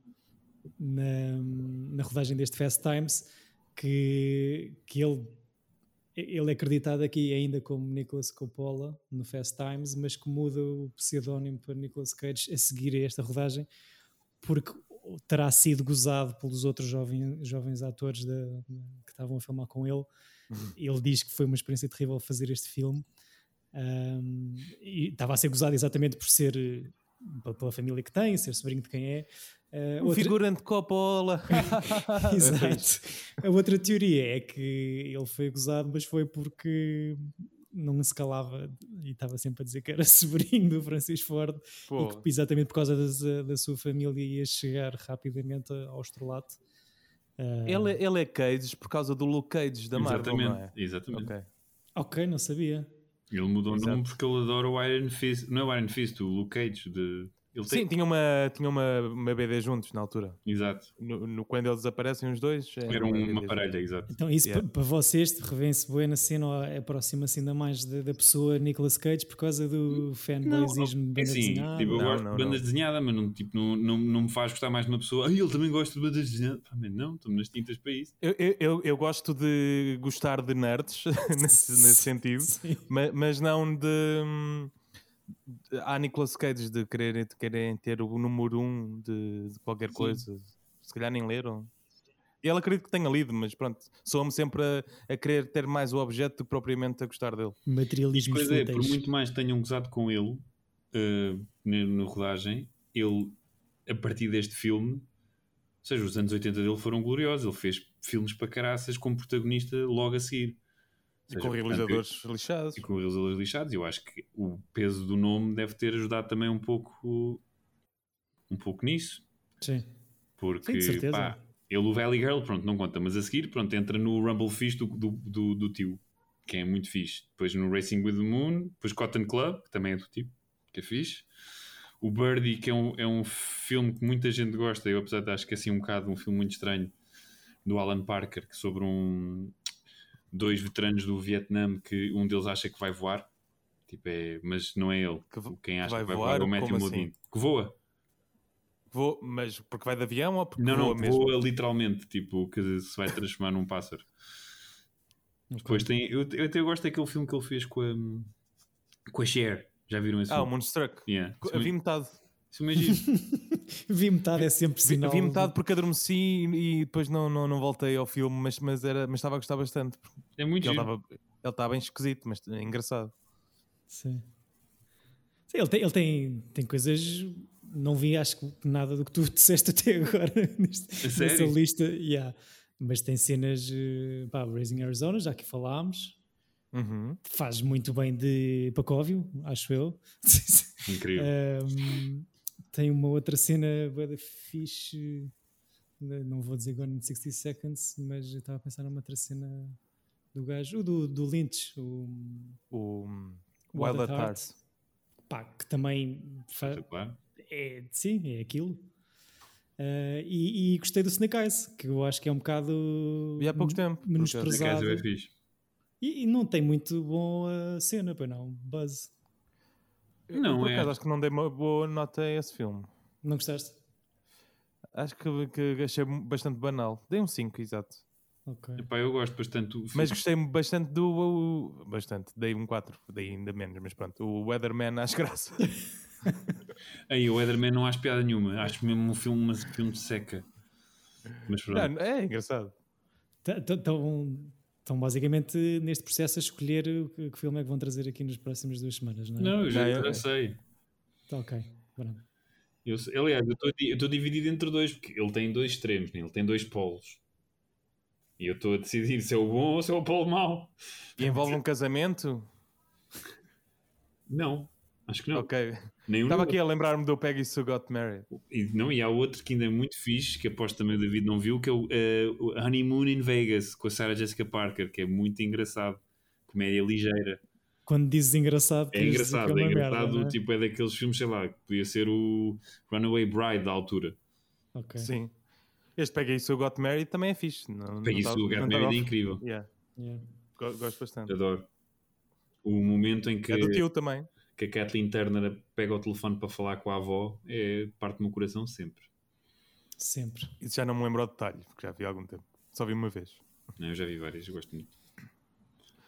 Speaker 2: na, na rodagem deste Fast Times que, que ele, ele é acreditado aqui ainda como Nicholas Coppola no Fast Times, mas que muda o pseudónimo para Nicholas Cage a seguir a esta rodagem porque terá sido gozado pelos outros jovem, jovens atores da- que estavam a filmar com ele. Ele diz que foi uma experiência terrível fazer este filme. Ahm, e estava a ser gozado exatamente por ser eh, pe- pela família que tem, ser sobrinho de quem é. Ah,
Speaker 3: Um
Speaker 2: outra-
Speaker 3: Figurante
Speaker 4: <laughs>
Speaker 3: Coppola. <laughs>
Speaker 2: Exato. A outra teoria é que ele foi acusado, mas foi porque não se calava e estava sempre a dizer que era <laughs> sobrinho do Francis Ford
Speaker 3: Pô,
Speaker 2: e que exatamente por causa das- eh, da sua família ia chegar rapidamente ao estrelato. Ah,
Speaker 3: ele, ele é Cage por causa do Luke Cage da Marvel,
Speaker 4: exatamente,
Speaker 3: não é?
Speaker 4: exatamente.
Speaker 3: Ok.
Speaker 2: Ok, não sabia.
Speaker 4: Ele mudou
Speaker 3: Exato.
Speaker 4: o nome porque ele adora o Iron Fist. Não é o Iron Fist, o Luke Cage. De... Ele tem...
Speaker 3: Sim, tinha, uma, tinha uma, uma BD juntos na altura.
Speaker 4: Exato.
Speaker 3: No, no- quando eles aparecem os dois. é
Speaker 4: Era um- uma
Speaker 3: BD.
Speaker 4: parelha, exato.
Speaker 2: Então, isso
Speaker 3: Yeah.
Speaker 2: pa- para vocês, revém-se bem na cena ou aproxima-se ainda mais da, da pessoa Nicolas Cage por causa do fanboyismo de
Speaker 4: É
Speaker 2: banda
Speaker 4: assim,
Speaker 2: desenhada?
Speaker 4: tipo, eu
Speaker 3: Não,
Speaker 4: gosto
Speaker 3: não,
Speaker 4: de bandas
Speaker 3: não.
Speaker 4: desenhadas, mas não, tipo, não, não, não me faz gostar mais de uma pessoa. Ah, ele também gosta de bandas desenhadas. Pá, man, não, estamos nas tintas para isso.
Speaker 3: Eu, eu, eu, eu gosto de gostar de nerds, <laughs> nesse, nesse
Speaker 2: <laughs>
Speaker 3: sentido,
Speaker 2: Sim.
Speaker 3: ma- mas, não de. hum, de- Há Nicolas Cage de quererem de quererem ter o número um de, de qualquer coisa. Se calhar nem leram. Ele acredito que tenha lido, mas pronto, sou-me sempre a, a querer ter mais o objeto do que propriamente a gostar dele.
Speaker 2: Materialismo
Speaker 4: Pois é, por
Speaker 2: fúteis.
Speaker 4: muito mais que tenham gozado com ele eh, na, na rodagem, ele, a partir deste filme, ou seja, os anos 80 dele foram gloriosos. Ele fez filmes para caraças como protagonista logo a seguir.
Speaker 3: E
Speaker 4: Ou
Speaker 3: com
Speaker 4: seja,
Speaker 3: realizadores lixados.
Speaker 4: e com realizadores lixados. Eu acho que o peso do nome deve ter ajudado também um pouco, um pouco nisso,
Speaker 2: Sim. Sim,
Speaker 4: porque
Speaker 2: de certeza.
Speaker 4: pá, ele, o Valley Girl, pronto, não conta, mas a seguir, pronto, entra no Rumble Fish do, do, do, do tio, que é muito fixe. Depois no Racing with the Moon, depois Cotton Club, que também é do tio, que é fixe. O Birdie, que é um, é um filme que muita gente gosta, eu apesar de acho que é assim um bocado um filme muito estranho, do Alan Parker, que sobre um dois veteranos do Vietnã que um deles acha que vai voar, tipo é, mas não é ele.
Speaker 3: Que vo-
Speaker 4: Quem acha que
Speaker 3: vai
Speaker 4: vai,
Speaker 3: voar?
Speaker 4: voar, é o Matthew
Speaker 3: Como assim?
Speaker 4: Modine. Que voa.
Speaker 3: Vou, mas porque vai de avião ou porque
Speaker 4: Não,
Speaker 3: voa
Speaker 4: não,
Speaker 3: mesmo?
Speaker 4: voa literalmente, tipo, que se vai transformar num pássaro. Depois tem. Eu, eu até gosto daquele filme que ele fez com a. com a Cher. Já viram esse
Speaker 3: Ah, o
Speaker 4: filme?
Speaker 3: Moonstruck.
Speaker 4: Yeah.
Speaker 3: Co-
Speaker 4: Isso
Speaker 3: Vi
Speaker 4: me-
Speaker 3: metade.
Speaker 4: isso é me imagino.
Speaker 2: <laughs> Vi metade é sempre
Speaker 3: Vi,
Speaker 2: sinal.
Speaker 3: vi metade porque adormeci e, e depois não, não, não voltei ao filme, mas, mas, era, mas estava a gostar bastante. Porque <laughs>
Speaker 4: É muito
Speaker 3: ele
Speaker 4: giro.
Speaker 3: estava ele estava bem esquisito, mas é engraçado.
Speaker 2: Sim. Sim, ele tem, ele tem, tem coisas. Não vi, acho que nada do que tu <laughs> disseste até agora <laughs> neste,
Speaker 4: A
Speaker 2: nessa
Speaker 4: sério?
Speaker 2: lista. Yeah. Mas tem cenas. eh, Pá, Raising Arizona, já que falámos.
Speaker 3: Uhum.
Speaker 2: Faz muito bem de Pacóvio, acho eu.
Speaker 4: Incrível.
Speaker 3: É,
Speaker 2: Ahm, tem uma outra cena bué da fixe. n- Não vou dizer agora em 60 Seconds, mas eu estava a pensar numa outra cena do gajo. O do, do Lynch, o
Speaker 3: O
Speaker 2: Wild
Speaker 3: Wild at
Speaker 2: at
Speaker 3: Heart.
Speaker 2: pá, que também fa-
Speaker 4: Espetacular.
Speaker 2: é, sim, é aquilo. Ah, e, e gostei do Snake Eyes, que eu acho que é um bocado
Speaker 3: Vi há pouco tempo, por
Speaker 4: Esse
Speaker 2: Hum, menosprezado.
Speaker 4: gajo é bem fixe.
Speaker 2: E, e não tem muito bom a cena, pois não? Buzz.
Speaker 3: Eu,
Speaker 4: Não
Speaker 3: por
Speaker 4: é.
Speaker 3: acaso, acho que não dei uma boa nota a esse filme.
Speaker 2: Não gostaste?
Speaker 3: Acho que, que achei bastante banal. Dei um 5, exato.
Speaker 2: Ok.
Speaker 4: Epá, eu gosto bastante do filme.
Speaker 3: Mas gostei bastante do. o- Bastante, dei um 4, dei ainda menos, mas pronto, o Weatherman às graças.
Speaker 4: Aí o Weatherman não acho piada nenhuma. Acho mesmo um filme, um filme de seca. Mas <laughs> pronto.
Speaker 3: Não, <laughs> é engraçado.
Speaker 2: Estão então, basicamente neste processo a escolher o que, que filme é que vão trazer aqui nas próximas duas semanas, não é?
Speaker 4: Não, eu já,
Speaker 3: Não,
Speaker 4: eu
Speaker 3: eu-
Speaker 4: já sei.
Speaker 2: Tá, ok. Pronto.
Speaker 4: Eu, sei- aliás, eu estou- eu estou dividido entre dois, porque ele tem dois extremos, né? ele tem dois polos. E eu estou a decidir se é o bom ou se é o polo mau.
Speaker 3: E envolve um casamento?
Speaker 4: Não, acho que não.
Speaker 3: Ok.
Speaker 4: Nenhum
Speaker 3: Estava
Speaker 4: nem
Speaker 3: aqui a lembrar-me do Peggy Sue Got Married.
Speaker 4: outro. E, não, e há outro que ainda é muito fixe, que aposto também o David não viu, que é o eh, o Honeymoon in Vegas, com a Sarah Jessica Parker, que é muito engraçado. Comédia ligeira.
Speaker 2: Quando dizes engraçado,
Speaker 4: É
Speaker 2: queres dizer
Speaker 4: engraçado,
Speaker 2: que
Speaker 4: é
Speaker 2: uma merda,
Speaker 4: engraçado.
Speaker 3: né?
Speaker 2: não é?
Speaker 4: Tipo, é daqueles filmes, sei lá, que podia ser o Runaway Bride da altura.
Speaker 2: Ok.
Speaker 3: Sim. Este Peggy Sue Got Married também é fixe. Não, não
Speaker 4: Peggy
Speaker 3: tá-
Speaker 4: Sue
Speaker 3: não
Speaker 4: Got
Speaker 3: tá
Speaker 4: Married é
Speaker 3: off.
Speaker 4: incrível.
Speaker 3: Yeah,
Speaker 2: Yeah.
Speaker 3: go- Gosto bastante.
Speaker 4: Adoro. O momento em que.
Speaker 3: É do tio também.
Speaker 4: que a Kathleen Turner pega o telefone para falar com a avó é parte do meu coração sempre.
Speaker 2: Sempre.
Speaker 3: Isso já não me lembro ao detalhe, porque já vi há algum tempo. Só vi uma vez.
Speaker 4: Não, né? eu já vi várias, eu gosto muito.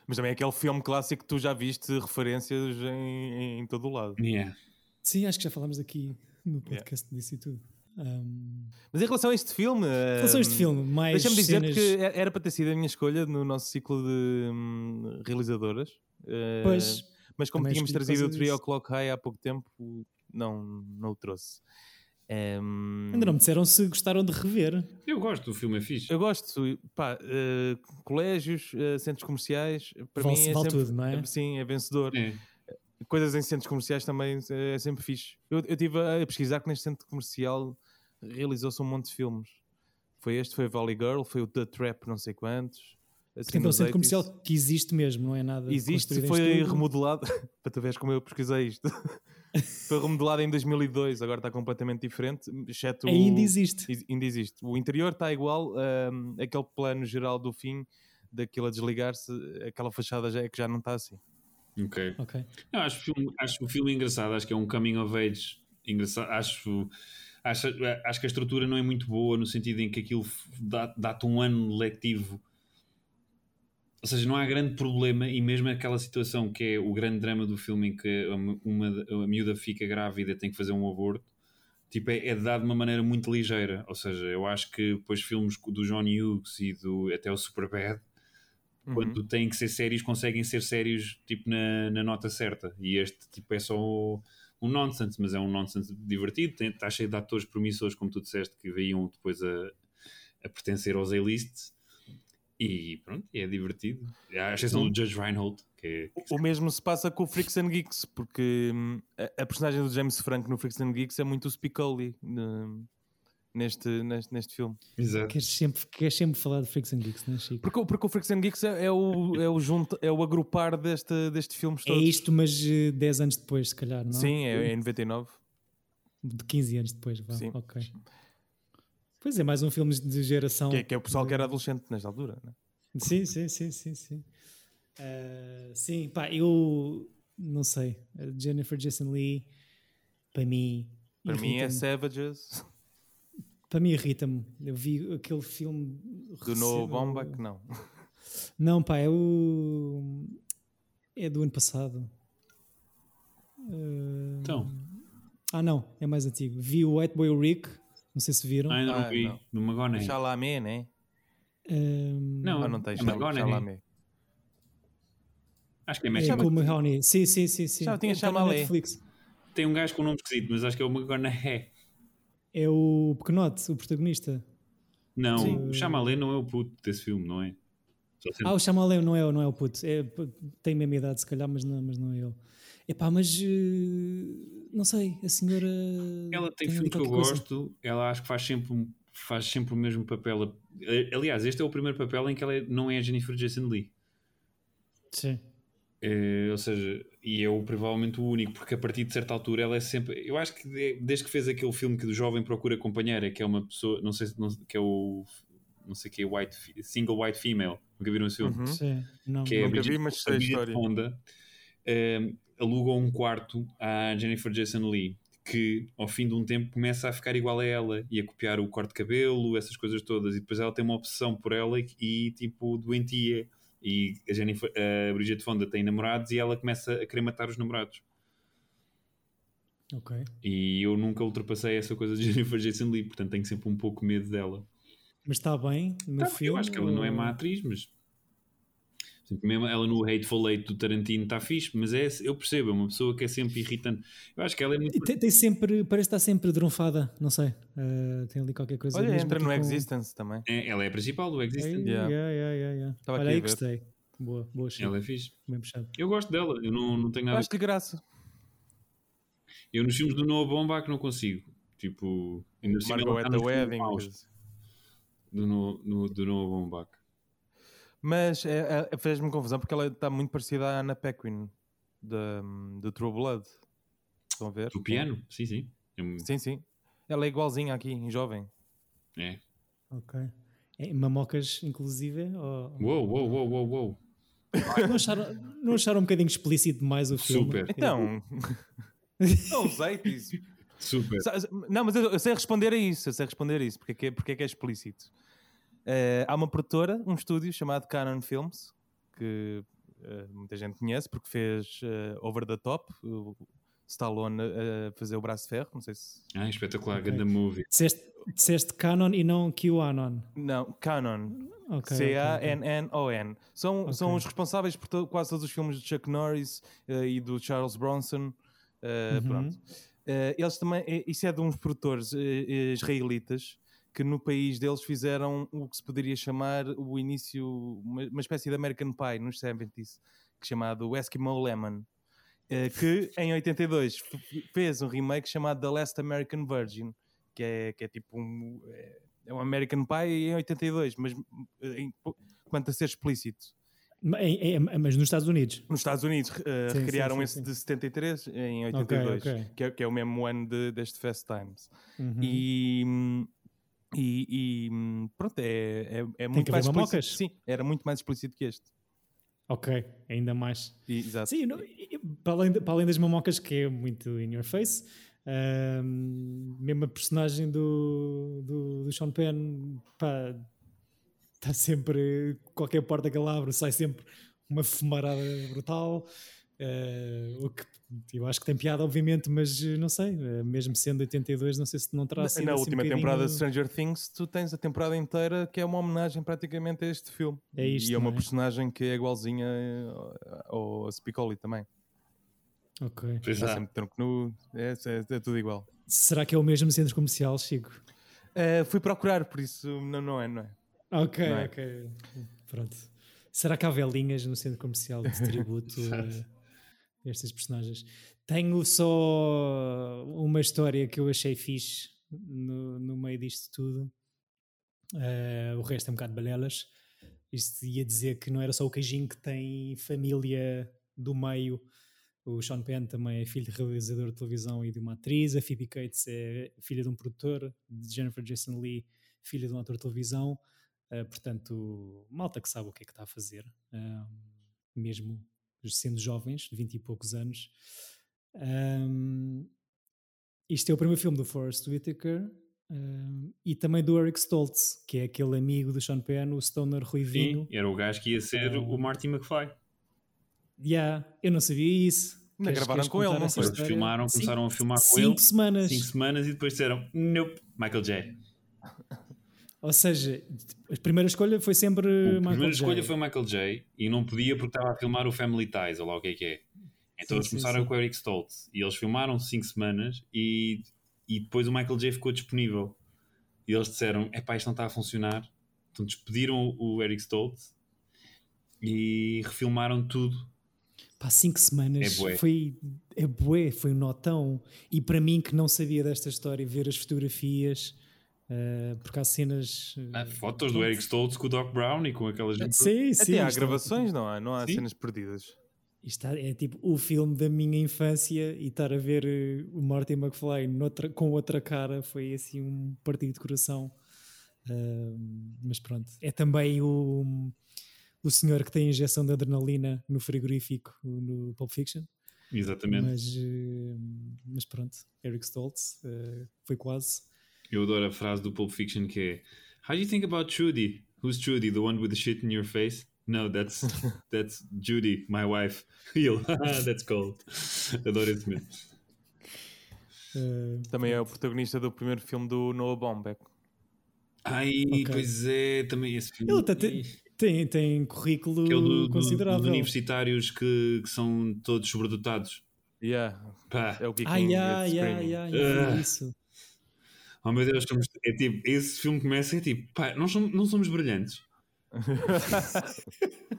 Speaker 3: Mas também é aquele filme clássico que tu já viste referências em, em todo o lado.
Speaker 4: Yeah.
Speaker 2: Sim, acho que já falámos aqui no podcast disso e tudo. Um,
Speaker 3: Mas em relação a este filme. hum,
Speaker 2: em relação a este filme, mais
Speaker 3: Deixa-me dizer
Speaker 2: cenas...
Speaker 3: que é- era para ter sido a minha escolha no nosso ciclo de hum, realizadoras. Eh,
Speaker 2: Pois,
Speaker 3: mas como
Speaker 2: também
Speaker 3: tínhamos
Speaker 2: escolhi por
Speaker 3: trazido o
Speaker 2: causa
Speaker 3: 3
Speaker 2: disso.
Speaker 3: O'Clock High há pouco tempo, não, não o trouxe. Em,
Speaker 2: ainda não me disseram se gostaram de rever.
Speaker 4: Eu gosto, o filme é fixe.
Speaker 3: Eu gosto, pá, eh, colégios, eh, centros comerciais, para
Speaker 2: Vale-
Speaker 3: mim é
Speaker 2: vale
Speaker 3: sempre,
Speaker 2: tudo, não é?
Speaker 3: Sim, é vencedor.
Speaker 4: É.
Speaker 3: Coisas em centros comerciais também eh, é sempre fixe. Eu estive a pesquisar que neste centro comercial realizou-se um monte de filmes. Foi este, foi Valley Girl, foi o The Trap, não sei quantos. assim,
Speaker 2: Portanto, é um
Speaker 3: nos
Speaker 2: centro
Speaker 3: 80s.
Speaker 2: comercial que existe mesmo, não é nada.
Speaker 3: Existe,
Speaker 2: construído em
Speaker 3: foi
Speaker 2: estúdio.
Speaker 3: remodelado. <laughs> para tu veres como eu pesquisei isto. <laughs> foi remodelado em 2002, agora está completamente diferente, exceto.
Speaker 2: Ainda
Speaker 3: o-
Speaker 2: existe.
Speaker 3: Ex- ainda existe. O interior está igual, hum, aquele plano geral do fim, daquilo a desligar-se, aquela fachada já é que já não está assim.
Speaker 4: Ok.
Speaker 2: Ok.
Speaker 4: Eu acho, o filme, acho o filme engraçado, acho que é um coming of age engraçado. Acho, acho, acho que a estrutura não é muito boa no sentido em que aquilo f- dá- dá-te um ano letivo. Ou seja, não há grande problema, e mesmo aquela situação que é o grande drama do filme em que a mu- uma, a miúda fica grávida e tem que fazer um aborto, tipo, é, é dado de uma maneira muito ligeira. Ou seja, eu acho que depois filmes do John Hughes e do, até o Superbad
Speaker 3: Uhum.
Speaker 4: quando têm que ser sérios, conseguem ser sérios tipo na, na nota certa. E este tipo é só um nonsense, mas é um nonsense divertido. Tem- Está cheio de atores promissores, como tu disseste, que veiam depois a, a pertencer aos A-list. E pronto, é divertido. À exceção do Judge Reinhold, que é.
Speaker 3: O mesmo se passa com o Freaks and Geeks, porque hum, a, a personagem do James Franco no Freaks and Geeks é muito o Spicoli hum, neste, neste, neste filme.
Speaker 4: Exato.
Speaker 2: Queres sempre, queres sempre falar de Freaks and Geeks, não é, Chico?
Speaker 3: Porque, o- porque o Freaks and Geeks é, é o, é, o junto, é o agrupar deste, deste filme
Speaker 2: É
Speaker 3: todo.
Speaker 2: isto, mas eh, 10 anos depois, se calhar, não?
Speaker 3: Sim, é, é em 99.
Speaker 2: De 15 anos depois, vá.
Speaker 3: Sim.
Speaker 2: Ok. Pois é, mais um filme de geração.
Speaker 3: Que é, que é o pessoal que era adolescente nesta altura. né?
Speaker 2: Sim, sim, sim, sim, sim. Ah, sim, pá, eu não sei. A Jennifer Jason Lee, para mim.
Speaker 3: Para mim é
Speaker 2: irrita-me.
Speaker 3: Savages,
Speaker 2: Para mim irrita-me. Eu vi aquele filme.
Speaker 3: do Noah Baumbach, não.
Speaker 2: Não, pá, é o. É do ano passado. Ah,
Speaker 4: Então,
Speaker 2: Ah, não, é mais antigo. Vi o White Boy Rick, não sei se viram.
Speaker 4: ainda não
Speaker 3: Ah,
Speaker 4: vi. é.
Speaker 3: não.
Speaker 4: No McGonaghy.
Speaker 3: Chalamet, né?
Speaker 2: Ahm,
Speaker 4: Não,
Speaker 3: Ou não tens
Speaker 4: é McGonaghy.
Speaker 3: Chalamet?
Speaker 4: Acho que é
Speaker 2: é
Speaker 4: Matthew.
Speaker 2: com o Mahoney. Sim, sim, sim. sim.
Speaker 3: Já o tinha
Speaker 2: Está na
Speaker 3: chamado ali.
Speaker 2: Netflix.
Speaker 4: Tem um gajo com um nome esquisito, mas acho que é o McGonaghy.
Speaker 2: É o Pequenote, o protagonista.
Speaker 4: Não,
Speaker 2: Sim.
Speaker 4: o Chamalé não é o puto desse filme, não é? Só sendo-
Speaker 2: Ah, o Chamalé não é, não é o puto. É, p- tem a mesma idade, se calhar, mas não, mas não é ele. Epá, mas eh, não sei, a senhora.
Speaker 4: Ela tem,
Speaker 2: ali
Speaker 4: filme que eu
Speaker 2: qualquer coisa.
Speaker 4: gosto, ela acho que faz sempre, um- faz sempre o mesmo papel. Eh, Aliás, este é o primeiro papel em que ela é- não é a Jennifer Jason Lee.
Speaker 2: Sim.
Speaker 4: Eh, ou seja, e é o, provavelmente o único, porque a partir de certa altura ela é sempre. Eu acho que de- desde que fez aquele filme que do jovem procura companheira, que é uma pessoa, não sei se não- que é o não sei que é white, fe- single white female, nunca viram esse filme?
Speaker 3: Uhum.
Speaker 2: Sim. Não,
Speaker 4: Hum? que é a
Speaker 3: Nunca vi,
Speaker 4: Bridget-
Speaker 3: mas sei a
Speaker 4: a Bridget
Speaker 3: história.
Speaker 4: ehm, Fonda, eh, alugam um quarto à Jennifer Jason Lee que ao fim de um tempo começa a ficar igual a ela e a copiar o corte de cabelo, essas coisas todas, e depois ela tem uma obsessão por ela e, e, tipo doentia. E a, Jennifer, a Bridget Fonda tem namorados e ela começa a querer matar os namorados.
Speaker 2: Ok.
Speaker 4: E eu nunca ultrapassei essa coisa de <laughs> Jennifer Jason Lee, portanto tenho sempre um pouco medo dela.
Speaker 2: Mas está bem no
Speaker 4: Tá,
Speaker 2: filme.
Speaker 4: eu acho que ela não é má atriz, mas por exemplo, mesmo ela no Hateful Eight do Tarantino está fixe, mas é, eu percebo, é uma pessoa que é sempre irritante. Eu acho que ela é muito
Speaker 2: E Tem, tem sempre, parece estar sempre drunfada, não sei. Ah, tem ali qualquer coisa.
Speaker 3: Olha,
Speaker 2: mesmo
Speaker 3: entra
Speaker 2: aqui
Speaker 3: no
Speaker 2: com-
Speaker 3: Existence também.
Speaker 4: É, ela é a principal do
Speaker 2: Ei,
Speaker 4: Existence.
Speaker 3: Yeah.
Speaker 2: yeah, yeah, yeah, yeah.
Speaker 3: Estava
Speaker 2: Olha,
Speaker 3: aqui a
Speaker 2: aí
Speaker 3: ver.
Speaker 2: gostei. Boa, boa, Chico.
Speaker 4: Ela é fixe.
Speaker 2: Bem puxado.
Speaker 4: Eu gosto dela, eu não, não tenho nada.
Speaker 3: Acho-lhe graça.
Speaker 4: Eu nos filmes do Noah Baumbach não consigo. Tipo, ainda por cima ela
Speaker 3: Margareta
Speaker 4: tá nos filmes
Speaker 3: Webbing.
Speaker 4: maus Do, no, no- do Noah Baumbach.
Speaker 3: Mas é, é- fez-me confusão porque ela está muito parecida à Anna Paquin da- do True Blood. Estão a ver?
Speaker 4: Do piano? Sim, sim. É um-
Speaker 3: Sim, sim. Ela é igualzinha aqui, em jovem.
Speaker 4: É.
Speaker 2: Ok. É, mamocas, inclusive? Ou...
Speaker 4: Uou, uou, uou, uou, uou.
Speaker 2: Não, acharam, não acharam um bocadinho explícito demais o filme?
Speaker 4: Super,
Speaker 3: Então. <laughs> não sei disso.
Speaker 4: super.
Speaker 3: Sa- sa- Não, mas eu, eu sei responder a isso, eu sei responder a isso, porque é que é, porque é, que é explícito. Eh, há uma produtora, um estúdio chamado Canon Films, que eh, muita gente conhece, porque fez eh, Over the Top, o Stallone a fazer o braço de ferro, não sei se...
Speaker 4: Ah, espetacular,
Speaker 2: Ok.
Speaker 4: grande movie.
Speaker 2: Disseste, disseste Canon e não QAnon.
Speaker 3: Não, Canon,
Speaker 2: Ok. ok, ok.
Speaker 3: C-A-N-N-O-N. São, são
Speaker 2: Ok.
Speaker 3: os responsáveis por to- quase todos os filmes de Chuck Norris eh, e do Charles Bronson. eh,
Speaker 2: Uhum.
Speaker 3: Pronto. Eh, eles também, eh, isso é de uns produtores eh, eh, israelitas que no país deles fizeram o que se poderia chamar o início, uma, uma espécie de American Pie nos 70s, que chamado Eskimo Lemon, eh, que em 82 f- f- fez um remake chamado The Last American Virgin, que é, que é tipo um, é- é um American Pie em 82, mas eh, em- quanto a ser explícito.
Speaker 2: Ma- é- é- mas nos Estados Unidos.
Speaker 3: Nos Estados Unidos eh,
Speaker 2: Sim,
Speaker 3: recriaram
Speaker 2: sim, sim,
Speaker 3: esse
Speaker 2: sim.
Speaker 3: de 73 em 82,
Speaker 2: ok.
Speaker 3: Que, é, que é o mesmo ano de- deste Fast Times.
Speaker 2: Uhum.
Speaker 3: E, hum, e- e, hum, pronto, é, é, é
Speaker 2: que haver
Speaker 3: muito mais explícito.
Speaker 2: mamocas.
Speaker 3: Sim, era muito mais explícito que este.
Speaker 2: Ok, ainda mais.
Speaker 3: E- exato.
Speaker 2: Sim, não- e- para, além, de- para além das mamocas, que é muito in your face, ahm, mesmo a personagem do, do, do Sean Penn está sempre, qualquer porta que ele abre, sai sempre uma fumarada brutal. ah, o que eu acho que tem piada, obviamente, mas eh, não sei, eh, mesmo sendo 82, não sei se não terá
Speaker 3: Na-
Speaker 2: sido
Speaker 3: Na
Speaker 2: assim um
Speaker 3: última
Speaker 2: bocadinho-
Speaker 3: temporada de Stranger Things, tu tens a temporada inteira que é uma homenagem praticamente a este filme.
Speaker 2: É isto,
Speaker 3: e é uma
Speaker 2: não é?
Speaker 3: personagem que é igualzinha eh, ao ao Spicoli também.
Speaker 2: Ok.
Speaker 4: Pois
Speaker 3: Está
Speaker 4: há.
Speaker 3: sempre de tronco nu, é, é- é tudo igual.
Speaker 2: Será que é o mesmo centro comercial, Chico?
Speaker 3: Eh, fui procurar, por isso não, não é, não é?
Speaker 2: Ok,
Speaker 3: Não é?
Speaker 2: ok. Pronto. Será que há velinhas no centro comercial de
Speaker 3: <laughs>
Speaker 2: tributo
Speaker 4: Exato.
Speaker 2: a estas personagens? Tenho só uma história que eu achei fixe no, no meio disto tudo. Eh, o resto é um bocado balelas. Isto ia dizer que não era só o queijinho que tem família do meio. O Sean Penn também é filho de realizador de televisão e de uma atriz. A Phoebe Cates é filha de um produtor, de Jennifer Jason Lee, filha de um ator de televisão. Uh, portanto, malta que sabe o que é que está a fazer, um, mesmo sendo jovens, de 20 e poucos anos. Um, isto é o primeiro filme do Forrest Whitaker um, e também do Eric Stoltz, que é aquele amigo do Sean Penn, o Stoner Ruivinho.
Speaker 4: Sim, era o gajo que ia ser o Marty McFly.
Speaker 2: Yeah, eu não sabia isso.
Speaker 3: Ainda gravaram com ele,
Speaker 2: contar
Speaker 3: não
Speaker 2: essa
Speaker 3: foi?
Speaker 4: Depois
Speaker 2: história?
Speaker 4: filmaram,
Speaker 2: Sim.
Speaker 4: começaram a filmar com
Speaker 2: Cinco
Speaker 4: ele
Speaker 2: semanas.
Speaker 4: 5 semanas e depois disseram Nope, Michael J.
Speaker 2: Ou seja, a primeira escolha foi sempre
Speaker 4: A
Speaker 2: Michael
Speaker 4: primeira
Speaker 2: J.
Speaker 4: escolha foi Michael J. E não podia porque estava a filmar o Family Ties, ou lá o que é que é.
Speaker 2: Sim,
Speaker 4: Então eles
Speaker 2: sim,
Speaker 4: começaram
Speaker 2: sim.
Speaker 4: com o Eric Stoltz e eles filmaram 5 semanas e, e depois o Michael J ficou disponível. E eles disseram: Epá, isto não está a funcionar. Então despediram o Eric Stoltz e refilmaram tudo.
Speaker 2: Pá, cinco semanas
Speaker 4: É bué.
Speaker 2: foi é bué, foi um notão. E para mim que não sabia desta história, ver as fotografias, eh, porque há cenas. eh,
Speaker 4: Ah, Fotos do Eric Stoltz com o Doc Brown e com aquelas.
Speaker 2: Sim, sim.
Speaker 3: Até há
Speaker 2: isto é-
Speaker 3: gravações, não há? Não há
Speaker 4: Sim.
Speaker 3: cenas perdidas.
Speaker 2: Isto é tipo o filme da minha infância e estar a ver eh, o Martin McFly noutra- com outra cara foi assim um partido de coração. Ahm, mas pronto, é também o, o senhor que tem a injeção de adrenalina no frigorífico no Pulp Fiction.
Speaker 4: Exatamente.
Speaker 2: Mas, eh, mas pronto, Eric Stoltz eh, foi quase.
Speaker 4: Eu adoro a frase do Pulp Fiction que é How do you think about Trudy? Who's Trudy? The one with the shit in your face?
Speaker 2: <laughs>
Speaker 4: No, that's, that's Judy, my wife. <laughs> E ele, "Ah, that's cold. <laughs> Adoro esse mesmo.
Speaker 2: eh,
Speaker 3: Também é o protagonista do primeiro filme do Noah Baumbach.
Speaker 4: Ai,
Speaker 2: Ok.
Speaker 4: pois é, também esse filme.
Speaker 2: Ele até te- tem, tem currículo
Speaker 4: Que é o do, do-
Speaker 2: considerável.
Speaker 4: dos universitários que, que são todos sobredotados.
Speaker 3: Yeah,
Speaker 4: Pá,
Speaker 3: é o Geeking
Speaker 2: Ah, yeah,
Speaker 3: at
Speaker 2: yeah,
Speaker 3: Screaming.
Speaker 2: yeah, yeah,
Speaker 4: Ah.
Speaker 2: foi isso.
Speaker 4: oh meu Deus, somos- é tipo, esse filme começa é tipo, pá, nós somos, não somos brilhantes.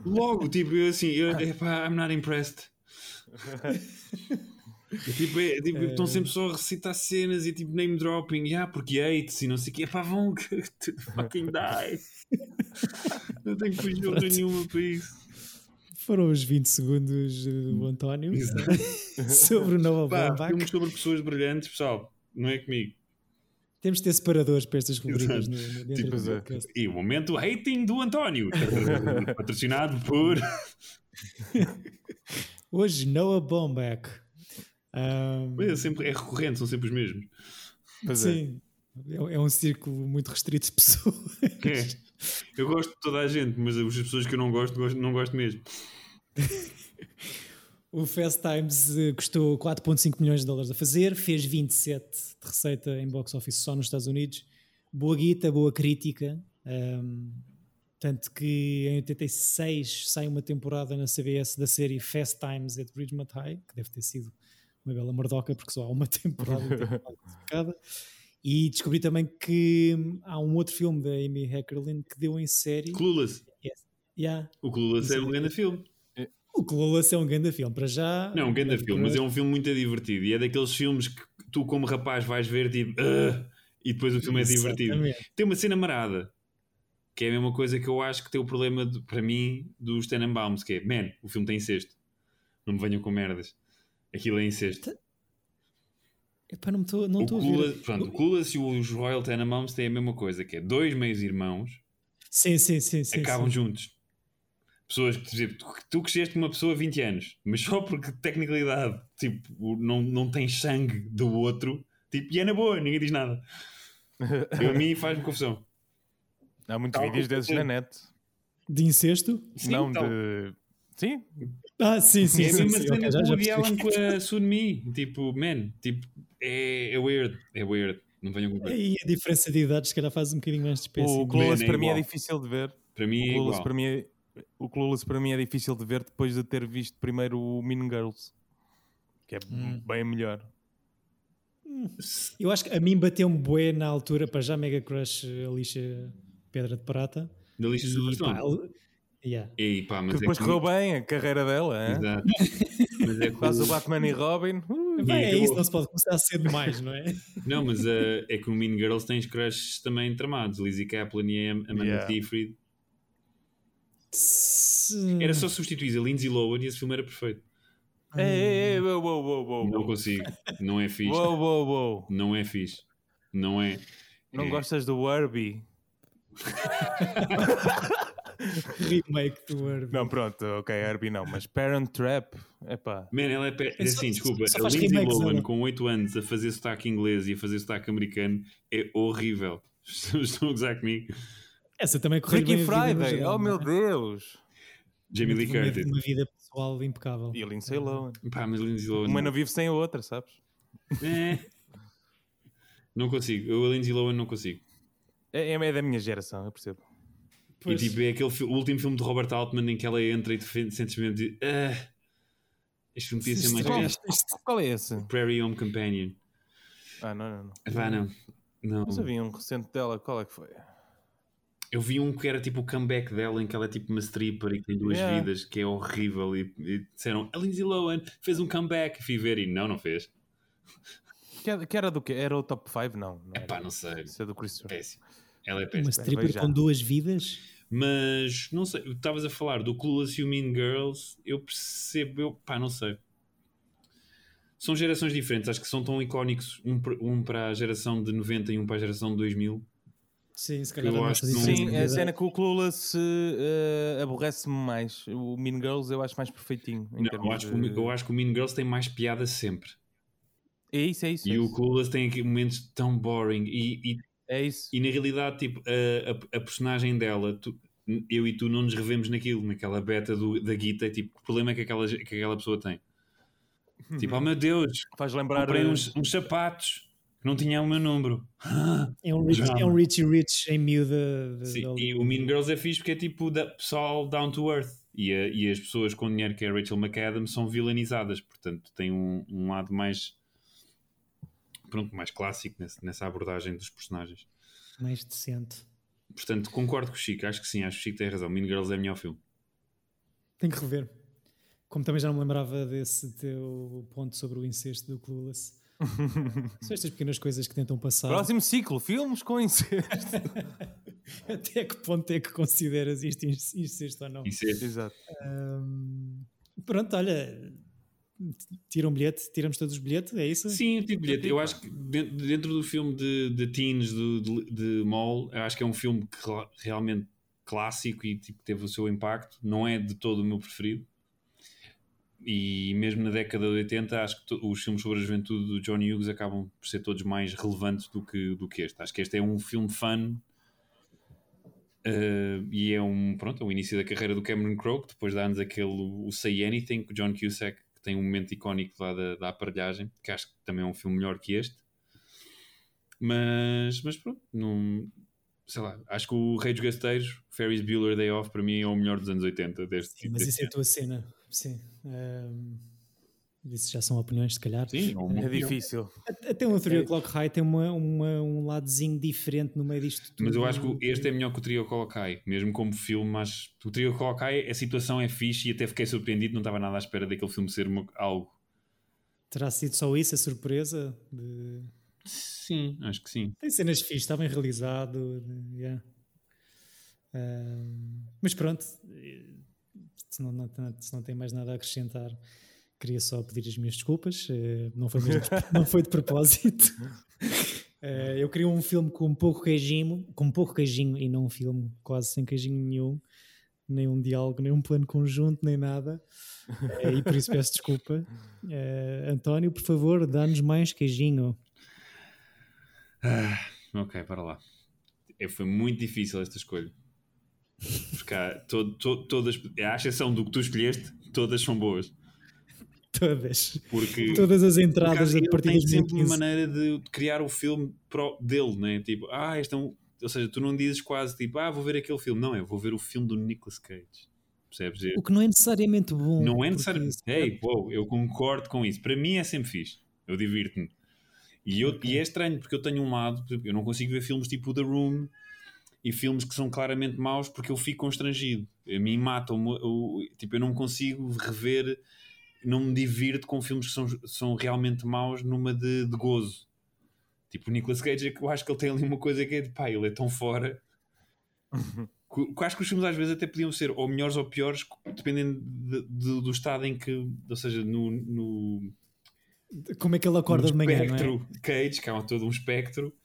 Speaker 4: Logo, tipo, eu assim, eu, é pá, I'm not impressed. E, tipo, é, tipo, estão sempre só a recitar cenas e tipo name dropping, yeah, porque Yates e não sei o que, é pá, vão que- to fucking die. não tenho fugida nenhuma para isso.
Speaker 2: Foram os 20 segundos eh, do António <laughs> sobre o Nova
Speaker 4: Uhum.
Speaker 2: Bomba.
Speaker 4: Pá, filmes sobre pessoas brilhantes, pessoal, não é comigo.
Speaker 2: Temos de ter separadores para estas rubricas
Speaker 4: Exato.
Speaker 2: no, no- dentro
Speaker 3: Tipo,
Speaker 2: do
Speaker 3: é.
Speaker 2: podcast.
Speaker 4: E o momento hating do António, patrocinado por.
Speaker 2: Hoje, Noah Ah, Bombeck. Ahm,
Speaker 4: É, sempre, é recorrente, são sempre os mesmos.
Speaker 3: Pois é.
Speaker 2: sim, é. é um círculo muito restrito de pessoas.
Speaker 4: <laughs> É. Eu gosto de toda a gente, mas as pessoas que eu não gosto, gosto não gosto mesmo.
Speaker 2: O Fast Times eh, custou 4,5 milhões de dólares a fazer, fez 27 de receita em box office só nos Estados Unidos. Boa guita, boa crítica. ahm, tanto que em 86 sai uma temporada na CBS da série Fast Times at Ridgemont High, que deve ter sido uma bela mordoca, porque só há uma <laughs> temporada
Speaker 4: <laughs>
Speaker 2: classificada. E descobri também que hum, há um outro filme da Amy Heckerlin que deu em série.
Speaker 4: Clueless.
Speaker 2: Yeah.
Speaker 4: O Clueless é um grande filme.
Speaker 2: O Clueless é um grande filme, para já.
Speaker 4: Não, é um grande filme, mas é um filme muito divertido. E é daqueles filmes que tu, como rapaz, vais ver tipo. "Ah", e depois o filme é divertido.
Speaker 2: Exatamente.
Speaker 4: Tem uma cena marada. Que é a mesma coisa que eu acho que tem o problema, de- para mim, dos Tenenbaums, que é, man, o filme tem incesto. Não me venham com merdas. Aquilo é incesto.
Speaker 2: Epá, não estou não
Speaker 4: O
Speaker 2: estou a ver.
Speaker 4: Clueless, pronto, o Clueless e os Royal Tenenbaums têm a mesma coisa, que é dois meios irmãos
Speaker 2: Sim, sim, sim. sim
Speaker 4: acabam
Speaker 2: sim.
Speaker 4: juntos. Pessoas que, por exemplo, tu, tu cresceste com uma pessoa há 20 anos, mas só porque tecnicalidade, tipo, o- não, não tens sangue do outro, tipo, e é na boa, ninguém
Speaker 3: <laughs>
Speaker 4: diz nada. Eu, a mim faz-me confusão.
Speaker 3: Há muitos
Speaker 4: Tal
Speaker 3: vídeos
Speaker 4: como
Speaker 3: desses na net.
Speaker 4: um
Speaker 2: De incesto?
Speaker 4: Sim,
Speaker 3: não
Speaker 4: tal.
Speaker 3: de. Sim,
Speaker 2: Ah, sim,
Speaker 4: É
Speaker 2: sim.
Speaker 4: a
Speaker 2: sim,
Speaker 4: mesma
Speaker 2: sim,
Speaker 4: cena
Speaker 2: ok, já-
Speaker 4: do
Speaker 2: já
Speaker 4: Woody
Speaker 2: percebi.
Speaker 4: Allen
Speaker 2: <laughs>
Speaker 4: com a Sunmi, tipo, man, tipo, é, é weird, é weird, não venham com coisa.
Speaker 2: E a diferença de idades, se calhar, faz um bocadinho mais de espécie.
Speaker 3: o
Speaker 4: Man,
Speaker 3: Clueless
Speaker 4: é
Speaker 3: para mim é
Speaker 4: igual.
Speaker 3: difícil de ver.
Speaker 4: Para mim
Speaker 3: O
Speaker 4: é
Speaker 3: Clueless
Speaker 4: igual.
Speaker 3: para mim é... o Clueless para mim é difícil de ver depois de ter visto primeiro o Mean Girls, que é bem melhor.
Speaker 2: Eu acho que a mim bateu-me bué na altura, para já Mega Crush, a lixa Pedra de Prata.
Speaker 4: Da lista
Speaker 2: E, pá,
Speaker 4: de
Speaker 2: ele- yeah.
Speaker 4: E pá, mas
Speaker 3: que depois
Speaker 4: é que-
Speaker 3: correu bem a carreira dela, hein?
Speaker 4: Exato.
Speaker 3: <laughs>
Speaker 4: Mas é que
Speaker 3: faz o
Speaker 4: o-
Speaker 3: Batman e Robin. Uh,
Speaker 2: Bem, é
Speaker 4: acabou.
Speaker 2: isso, não se pode começar cedo demais, não é?
Speaker 4: Não, mas eh, é que no Mean Girls tens crushes também tramados. Lizzie Kaplan e a Amanda
Speaker 3: Yeah.
Speaker 4: Seyfried.
Speaker 2: Se-
Speaker 4: <laughs> Era
Speaker 2: <laughs>
Speaker 4: só substituir a Lindsay Lohan e esse filme era perfeito.
Speaker 3: ei, ei, ei, uou, uou, uou, uou,
Speaker 4: Não
Speaker 3: uou.
Speaker 4: consigo. Não é fixe.
Speaker 3: Uou, uou, uou.
Speaker 4: Não é fixe. Não é.
Speaker 3: Não
Speaker 4: É.
Speaker 3: gostas do Herbie?
Speaker 2: remake do Herb.
Speaker 3: Não, pronto, ok, Herbie não, mas Parent Trap, epá.
Speaker 4: Man, ela é. Pe... é
Speaker 2: só-
Speaker 4: assim, desculpa.
Speaker 2: só
Speaker 4: A
Speaker 2: faz
Speaker 4: Lindsay
Speaker 2: remakes, né?
Speaker 4: Lohan
Speaker 2: ela.
Speaker 4: com 8 anos a fazer sotaque inglês e a fazer sotaque americano é horrível. <laughs> Estão a gozar comigo.
Speaker 2: Essa também correu bem.
Speaker 3: Freaky
Speaker 2: a vida no
Speaker 3: Friday,
Speaker 2: geral,
Speaker 3: oh meu Deus!
Speaker 4: Jamie Lee
Speaker 2: Uma-
Speaker 4: Curtis.
Speaker 2: Uma vida pessoal impecável.
Speaker 3: E a Lindsay Lohan.
Speaker 4: Pá, mas Lindsay Lohan.
Speaker 3: Uma
Speaker 4: não.
Speaker 3: não vive sem a outra, sabes?
Speaker 4: <laughs> É. Não consigo. Eu a Lindsay Lohan não consigo.
Speaker 3: É, é da minha geração, eu percebo.
Speaker 2: Pois.
Speaker 4: E tipo, é aquele fi- o último filme de Robert Altman em que ela entra e defende, sentes mesmo de. "Ah, este filme podia ser mais
Speaker 2: Isto-
Speaker 3: Qual,
Speaker 4: fixe."
Speaker 2: isto-
Speaker 3: qual é esse?
Speaker 4: Prairie Home Companion.
Speaker 3: Ah, não, não, não.
Speaker 4: Vá, não. Não.
Speaker 3: Mas havia um recente dela, qual é que foi?
Speaker 4: Eu vi um que era tipo o comeback dela, em que ela é tipo uma stripper e que tem duas
Speaker 3: Yeah.
Speaker 4: vidas, que é horrível. E, e disseram, a Lindsay Lohan fez um comeback. Fui ver e não, não fez.
Speaker 3: Que era, que era do quê? Era o top 5? Não. não era.
Speaker 4: Pá, não sei.
Speaker 3: Isso é do Chris Rock.
Speaker 4: Péssimo. Ela é
Speaker 2: Uma
Speaker 4: péssima.
Speaker 2: stripper
Speaker 3: já.
Speaker 2: com duas vidas?
Speaker 4: Mas, não sei. Estavas a falar do Clueless e o Mean Girls. Eu percebo. Eu, pá, não sei. São gerações diferentes. Acho que são tão icónicos. Um, para- um para a geração de 90 e um para a geração de 2000.
Speaker 2: Sim, se
Speaker 4: Eu
Speaker 2: calhar a nossa
Speaker 4: acho que não-
Speaker 2: diferença
Speaker 3: Sim,
Speaker 2: de
Speaker 3: a
Speaker 2: idade.
Speaker 3: cena que o Clula se aborrece-me mais. O Mean Girls eu acho mais perfeitinho. Em
Speaker 4: Não, eu,
Speaker 3: termos
Speaker 4: acho que,
Speaker 3: de-
Speaker 4: o- eu acho que o Mean Girls tem mais piada sempre.
Speaker 3: É isso, é isso. é
Speaker 4: E o
Speaker 3: isso.
Speaker 4: Clueless tem aqui momentos tão boring. E, e,
Speaker 3: É isso.
Speaker 4: e na realidade, tipo, a, a, a personagem dela, tu- eu e tu não nos revemos naquilo, naquela beta do- da Guita. Tipo, o problema que aquela, ge- que aquela pessoa tem.
Speaker 3: Uhum.
Speaker 4: Tipo, oh meu Deus,
Speaker 3: Faz lembrar.
Speaker 4: comprei
Speaker 3: uh,
Speaker 4: uns, uns sapatos que não tinham o meu número.
Speaker 2: É um, rich, é um Richie Rich em miúda. de-
Speaker 4: Sim,
Speaker 2: de-
Speaker 4: e o Mean Girls é fixe porque é tipo da, pessoal down to earth. E, a- e as pessoas com dinheiro que é a Rachel McAdams são vilanizadas, portanto tem um, um lado mais pronto, mais clássico nesse- nessa abordagem dos personagens.
Speaker 2: é mais decente.
Speaker 4: Portanto, concordo com o Chico, acho que sim, acho que o Chico tem razão. Mean Girls é melhor filme.
Speaker 2: Tenho que rever. Como também já não me lembrava desse teu ponto sobre o incesto do
Speaker 4: <laughs>
Speaker 2: Clueless. São estas pequenas coisas que tentam passar.
Speaker 3: Próximo ciclo, filmes com
Speaker 4: <laughs>
Speaker 3: incesto.
Speaker 2: <laughs> Até que ponto é que consideras isto inc- incesto ou não?
Speaker 4: Isso é-
Speaker 3: Exato.
Speaker 2: Ahm, pronto, olha. t- Tira um bilhete, tiramos todos os bilhetes, é isso?
Speaker 4: Sim, eu, tipo,
Speaker 3: tipo.
Speaker 4: eu acho que dentro, dentro do filme de, de teens do- de, de Mall, eu acho que é um filme que rela- realmente clássico e tipo, teve o seu impacto. Não é de todo o meu preferido. E mesmo na década de 80, acho que to- os filmes sobre a juventude do John Hughes acabam por ser todos mais relevantes do que, do que este. Acho que este é um filme fun. eh, e é um, pronto, é o início da carreira do Cameron Crowe, que depois dá-nos aquele o Say Anything com o John Cusack, que tem um momento icónico lá da, da aparelhagem, que acho que também é um filme melhor que este. Mas, mas pronto, não, sei lá, acho que o Rei dos Gasteiros, Ferris Bueller Day Off, para mim é o melhor dos anos 80. Deste,
Speaker 2: Sim, mas
Speaker 4: deste
Speaker 2: isso é a tua cena. Sim. Ahm, isso já são opiniões, se calhar.
Speaker 4: Sim, é um-
Speaker 3: É difícil.
Speaker 2: Até um 3 O'Clock High tem uma, uma- um ladozinho diferente no meio disto tudo.
Speaker 4: Mas eu acho que este é melhor que o Trio Colokai, mesmo como filme, mas o Trio Colokai, a situação é fixe e até fiquei surpreendido, não estava nada à espera daquele filme ser uma- algo.
Speaker 2: Terá sido só isso a surpresa? de-
Speaker 4: Sim, acho que sim.
Speaker 2: Tem cenas fixas, está bem realizado. de- yeah. Ahm, mas pronto, eh, se não, não- não- se não tem mais nada a acrescentar, queria só pedir as minhas desculpas. eh, não, foi mesmo, não foi de propósito. <laughs> Eh, eu queria um filme com pouco queijinho, com pouco queijinho e não um filme quase sem queijinho nenhum, nem um diálogo, nem um plano conjunto, nem nada. Eh, e por isso peço desculpa. Eh, António, por favor, dá-nos mais queijinho. <laughs>
Speaker 4: Ok, para lá. É, foi muito difícil esta escolha. Porque há to, to, todas, à exceção do que tu escolheste, todas são boas.
Speaker 2: Todas.
Speaker 4: Porque
Speaker 2: todas as
Speaker 4: porque acho
Speaker 2: entradas
Speaker 4: que
Speaker 2: da
Speaker 4: ele
Speaker 2: partida
Speaker 4: tem
Speaker 2: de
Speaker 4: sempre uma
Speaker 2: 2015.
Speaker 4: maneira de criar o filme pro dele, né? Tipo, ah, este é um. Ou seja, tu não dizes quase tipo, ah, vou ver aquele filme. Não, é, vou ver o filme do Nicolas Cage. Percebes? É-
Speaker 2: O que não é necessariamente bom.
Speaker 4: Não é
Speaker 2: porque
Speaker 4: necessariamente.
Speaker 2: isso-
Speaker 4: Ei, pô, eu concordo com isso. Para mim é sempre fixe. Eu divirto-me. E, eu- e é estranho, porque eu tenho um lado, por exemplo, eu não consigo ver filmes tipo The Room e filmes que são claramente maus porque eu fico constrangido. A mim matam-me. eu- Tipo, eu não consigo rever, não me divirto com filmes que são, são realmente maus numa de, de gozo. Tipo, o Nicolas Cage, é que eu acho que ele tem ali uma coisa que é de pá, ele é tão fora. Que- que Acho que os filmes às vezes até podiam ser ou melhores ou piores, dependendo de- de- do estado em que, ou seja, no, no,
Speaker 2: Como é que ele acorda
Speaker 4: no
Speaker 2: de manhã, não é?
Speaker 4: espectro de Cage, que há todo um espectro,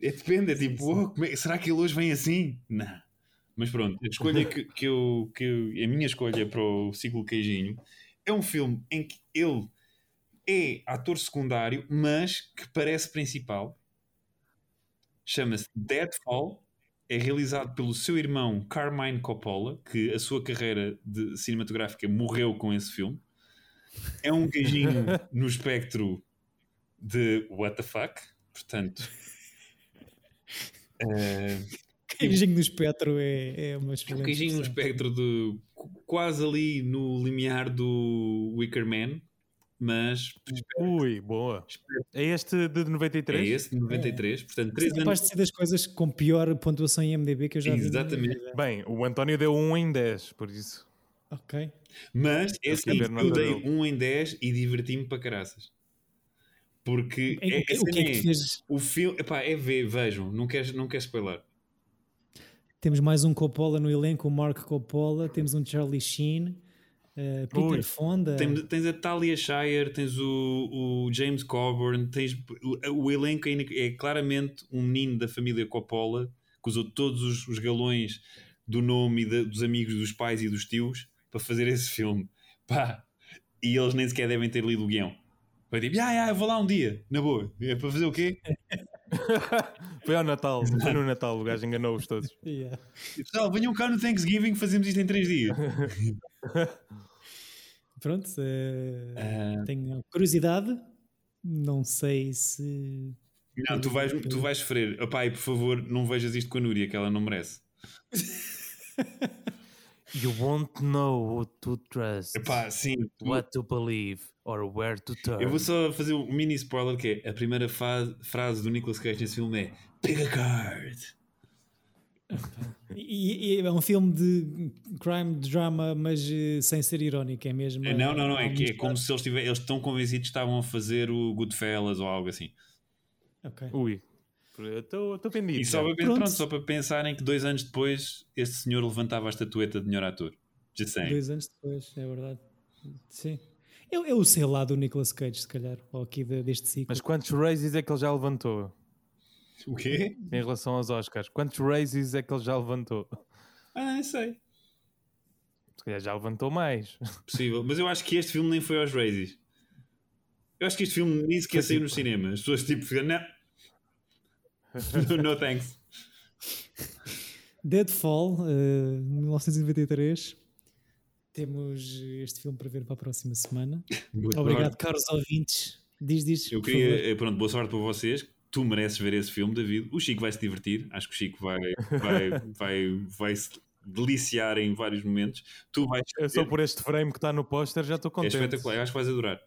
Speaker 4: é, depende, é tipo, "Oh, como é- será que ele hoje vem assim? Não. Mas pronto, a escolha que, que eu, que eu- a minha escolha é para o ciclo Queijinho é um filme em que ele é ator secundário, mas que parece principal. Chama-se Deadfall. É realizado pelo seu irmão Carmine Coppola, que a sua carreira de cinematográfica morreu com esse filme. É um queijinho no espectro de what the fuck, portanto. eh,
Speaker 2: Queijinho do espectro é, é uma
Speaker 4: é um
Speaker 2: excelente
Speaker 4: queijinho no
Speaker 2: expressão.
Speaker 4: espectro de qu- quase ali no limiar do Wicker Man, mas
Speaker 3: Ui, boa. É este de
Speaker 4: é
Speaker 3: 93?
Speaker 4: esse de 93, portanto,
Speaker 2: É
Speaker 4: 3
Speaker 2: capaz
Speaker 4: anos.
Speaker 2: de ser das coisas com pior pontuação em MDB que eu já vi. na minha
Speaker 4: Exatamente.
Speaker 2: vida.
Speaker 3: Bem, o António deu 1 em 10, por isso.
Speaker 2: Ok.
Speaker 4: Mas é
Speaker 3: Acho que é
Speaker 4: assim,
Speaker 3: Bernardo
Speaker 4: eu dei
Speaker 3: Abreu.
Speaker 4: 1 em 10 e diverti-me para caraças. Porque
Speaker 2: É,
Speaker 4: é,
Speaker 2: o que-
Speaker 4: a
Speaker 2: o que é
Speaker 4: cena
Speaker 2: que
Speaker 4: é-
Speaker 2: fez?
Speaker 4: o filme, epá, é ver, vejam, não queres, não queres spoiler.
Speaker 2: Temos mais um Coppola no elenco, o Mark Coppola, temos um Charlie Sheen, eh, Peter
Speaker 3: Ui,
Speaker 2: Fonda.
Speaker 4: Tem- tens a Talia Shire, tens o, o James Coburn, tens o, o elenco é, inic- é claramente um menino da família Coppola que usou todos os, os galões do nome e da- dos amigos dos pais e dos tios para fazer esse filme. Pá, e eles nem sequer devem ter lido o guião. Foi tipo, ah, ah, eu vou lá um dia, na boa. É para fazer o quê?
Speaker 3: Foi ao Natal, foi no Natal, o gajo enganou-os todos.
Speaker 2: Yeah.
Speaker 4: Pessoal, venham cá no Thanksgiving, fazemos isto em três dias.
Speaker 2: Pronto, eh,
Speaker 4: Ah,
Speaker 2: tenho curiosidade. Não sei se.
Speaker 4: não, tu vais, tu vais sofrer. Pai, por favor, não vejas isto com a Núria, que ela não merece.
Speaker 1: You won't know who to trust,
Speaker 4: Epá, sim. tu-
Speaker 1: what to believe, or where to turn.
Speaker 4: Eu vou só fazer um mini spoiler que é a primeira fa- frase do Nicolas Cage nesse filme é Pick a card.
Speaker 2: E, e é um filme de crime drama, mas eh, sem ser irónico, é mesmo.
Speaker 4: Não, não, não, é
Speaker 2: há
Speaker 4: que é
Speaker 2: muito-
Speaker 4: como se eles, tivessem, eles estão convencidos que estavam a fazer o Goodfellas ou algo assim.
Speaker 2: Ok.
Speaker 4: um
Speaker 3: Ui, estou vendido.
Speaker 4: E só
Speaker 3: já.
Speaker 4: para,
Speaker 2: Pronto.
Speaker 4: pronto, só para pensarem que dois anos depois este senhor levantava a estatueta de melhor ator. Just saying.
Speaker 2: Dois anos depois, é verdade. Sim. Eu, eu sei lá do Nicolas Cage, se calhar, ou aqui de- deste ciclo.
Speaker 3: Mas quantos raises é que ele já levantou
Speaker 4: O quê?
Speaker 3: em relação aos Oscars? Quantos raises é que ele já levantou?
Speaker 4: Ah, não sei.
Speaker 3: Se calhar já levantou mais.
Speaker 4: Possível. Mas eu acho que este filme nem foi aos Razzies. Eu acho que este filme nem sequer saiu no cinema. As pessoas tipo, ficam, <laughs> não. no, no thanks.
Speaker 2: Deadfall, eh, 1993. Temos este filme para ver para a próxima semana.
Speaker 4: Boa
Speaker 2: Obrigado,
Speaker 4: sorte.
Speaker 2: caros ouvintes. Diz, diz.
Speaker 4: Eu
Speaker 2: por
Speaker 4: queria,
Speaker 2: favor.
Speaker 4: eh, pronto, boa sorte para vocês. Tu mereces ver esse filme, David. O Chico vai se divertir. Acho que o Chico vai,
Speaker 2: <laughs>
Speaker 4: vai, vai, vai se deliciar em vários momentos. Tu vais.
Speaker 3: Eu só por este frame que está no póster já estou
Speaker 4: É
Speaker 3: contente.
Speaker 4: espetacular, eu acho que vais adorar.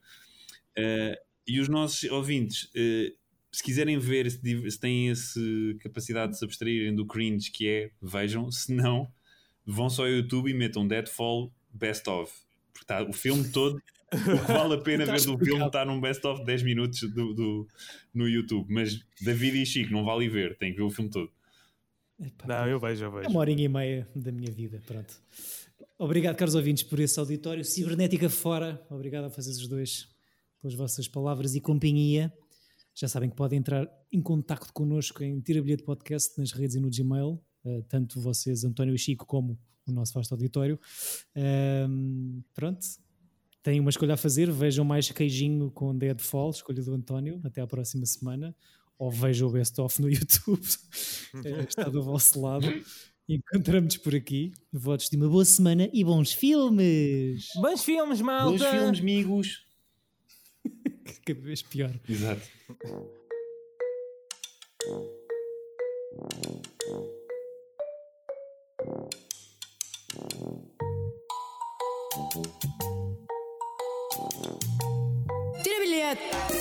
Speaker 4: Eh, e os nossos ouvintes, eh, se quiserem ver, se, div- se têm essa capacidade de se abstraírem do cringe que é, vejam. Se não, vão só ao YouTube e metam Deadfall Best of. Porque tá, o filme todo, o que vale a pena
Speaker 2: Tá
Speaker 4: ver do filme
Speaker 2: explicado.
Speaker 4: está num best of de 10 minutos do, do- no YouTube. Mas David e Chico, não vale ver, tem que ver o filme todo. eh,
Speaker 2: Epá,
Speaker 3: Não, eu vejo, eu
Speaker 2: É
Speaker 3: vejo.
Speaker 2: uma horinha e meia da minha vida, pronto. Obrigado, caros ouvintes, por esse auditório. Cibernética fora. Obrigado a vocês os dois pelas vossas palavras e companhia. Já sabem que podem entrar em contacto connosco em Tira Bilhete Podcast nas redes e no Gmail, eh, tanto vocês, António e Chico, como o nosso vasto auditório. Ahm, pronto. Têm uma escolha a fazer. Vejam mais queijinho com Deadfall, escolha do António. Até à próxima semana. Ou vejam o Best Of no <laughs> YouTube. Eh, Está do vosso lado. Encontramos por aqui. Votos de uma boa semana e bons filmes!
Speaker 1: Bons filmes, malta!
Speaker 4: Bons filmes, amigos.
Speaker 2: Cada vez pior.
Speaker 4: Exato.
Speaker 5: Tira bilhete!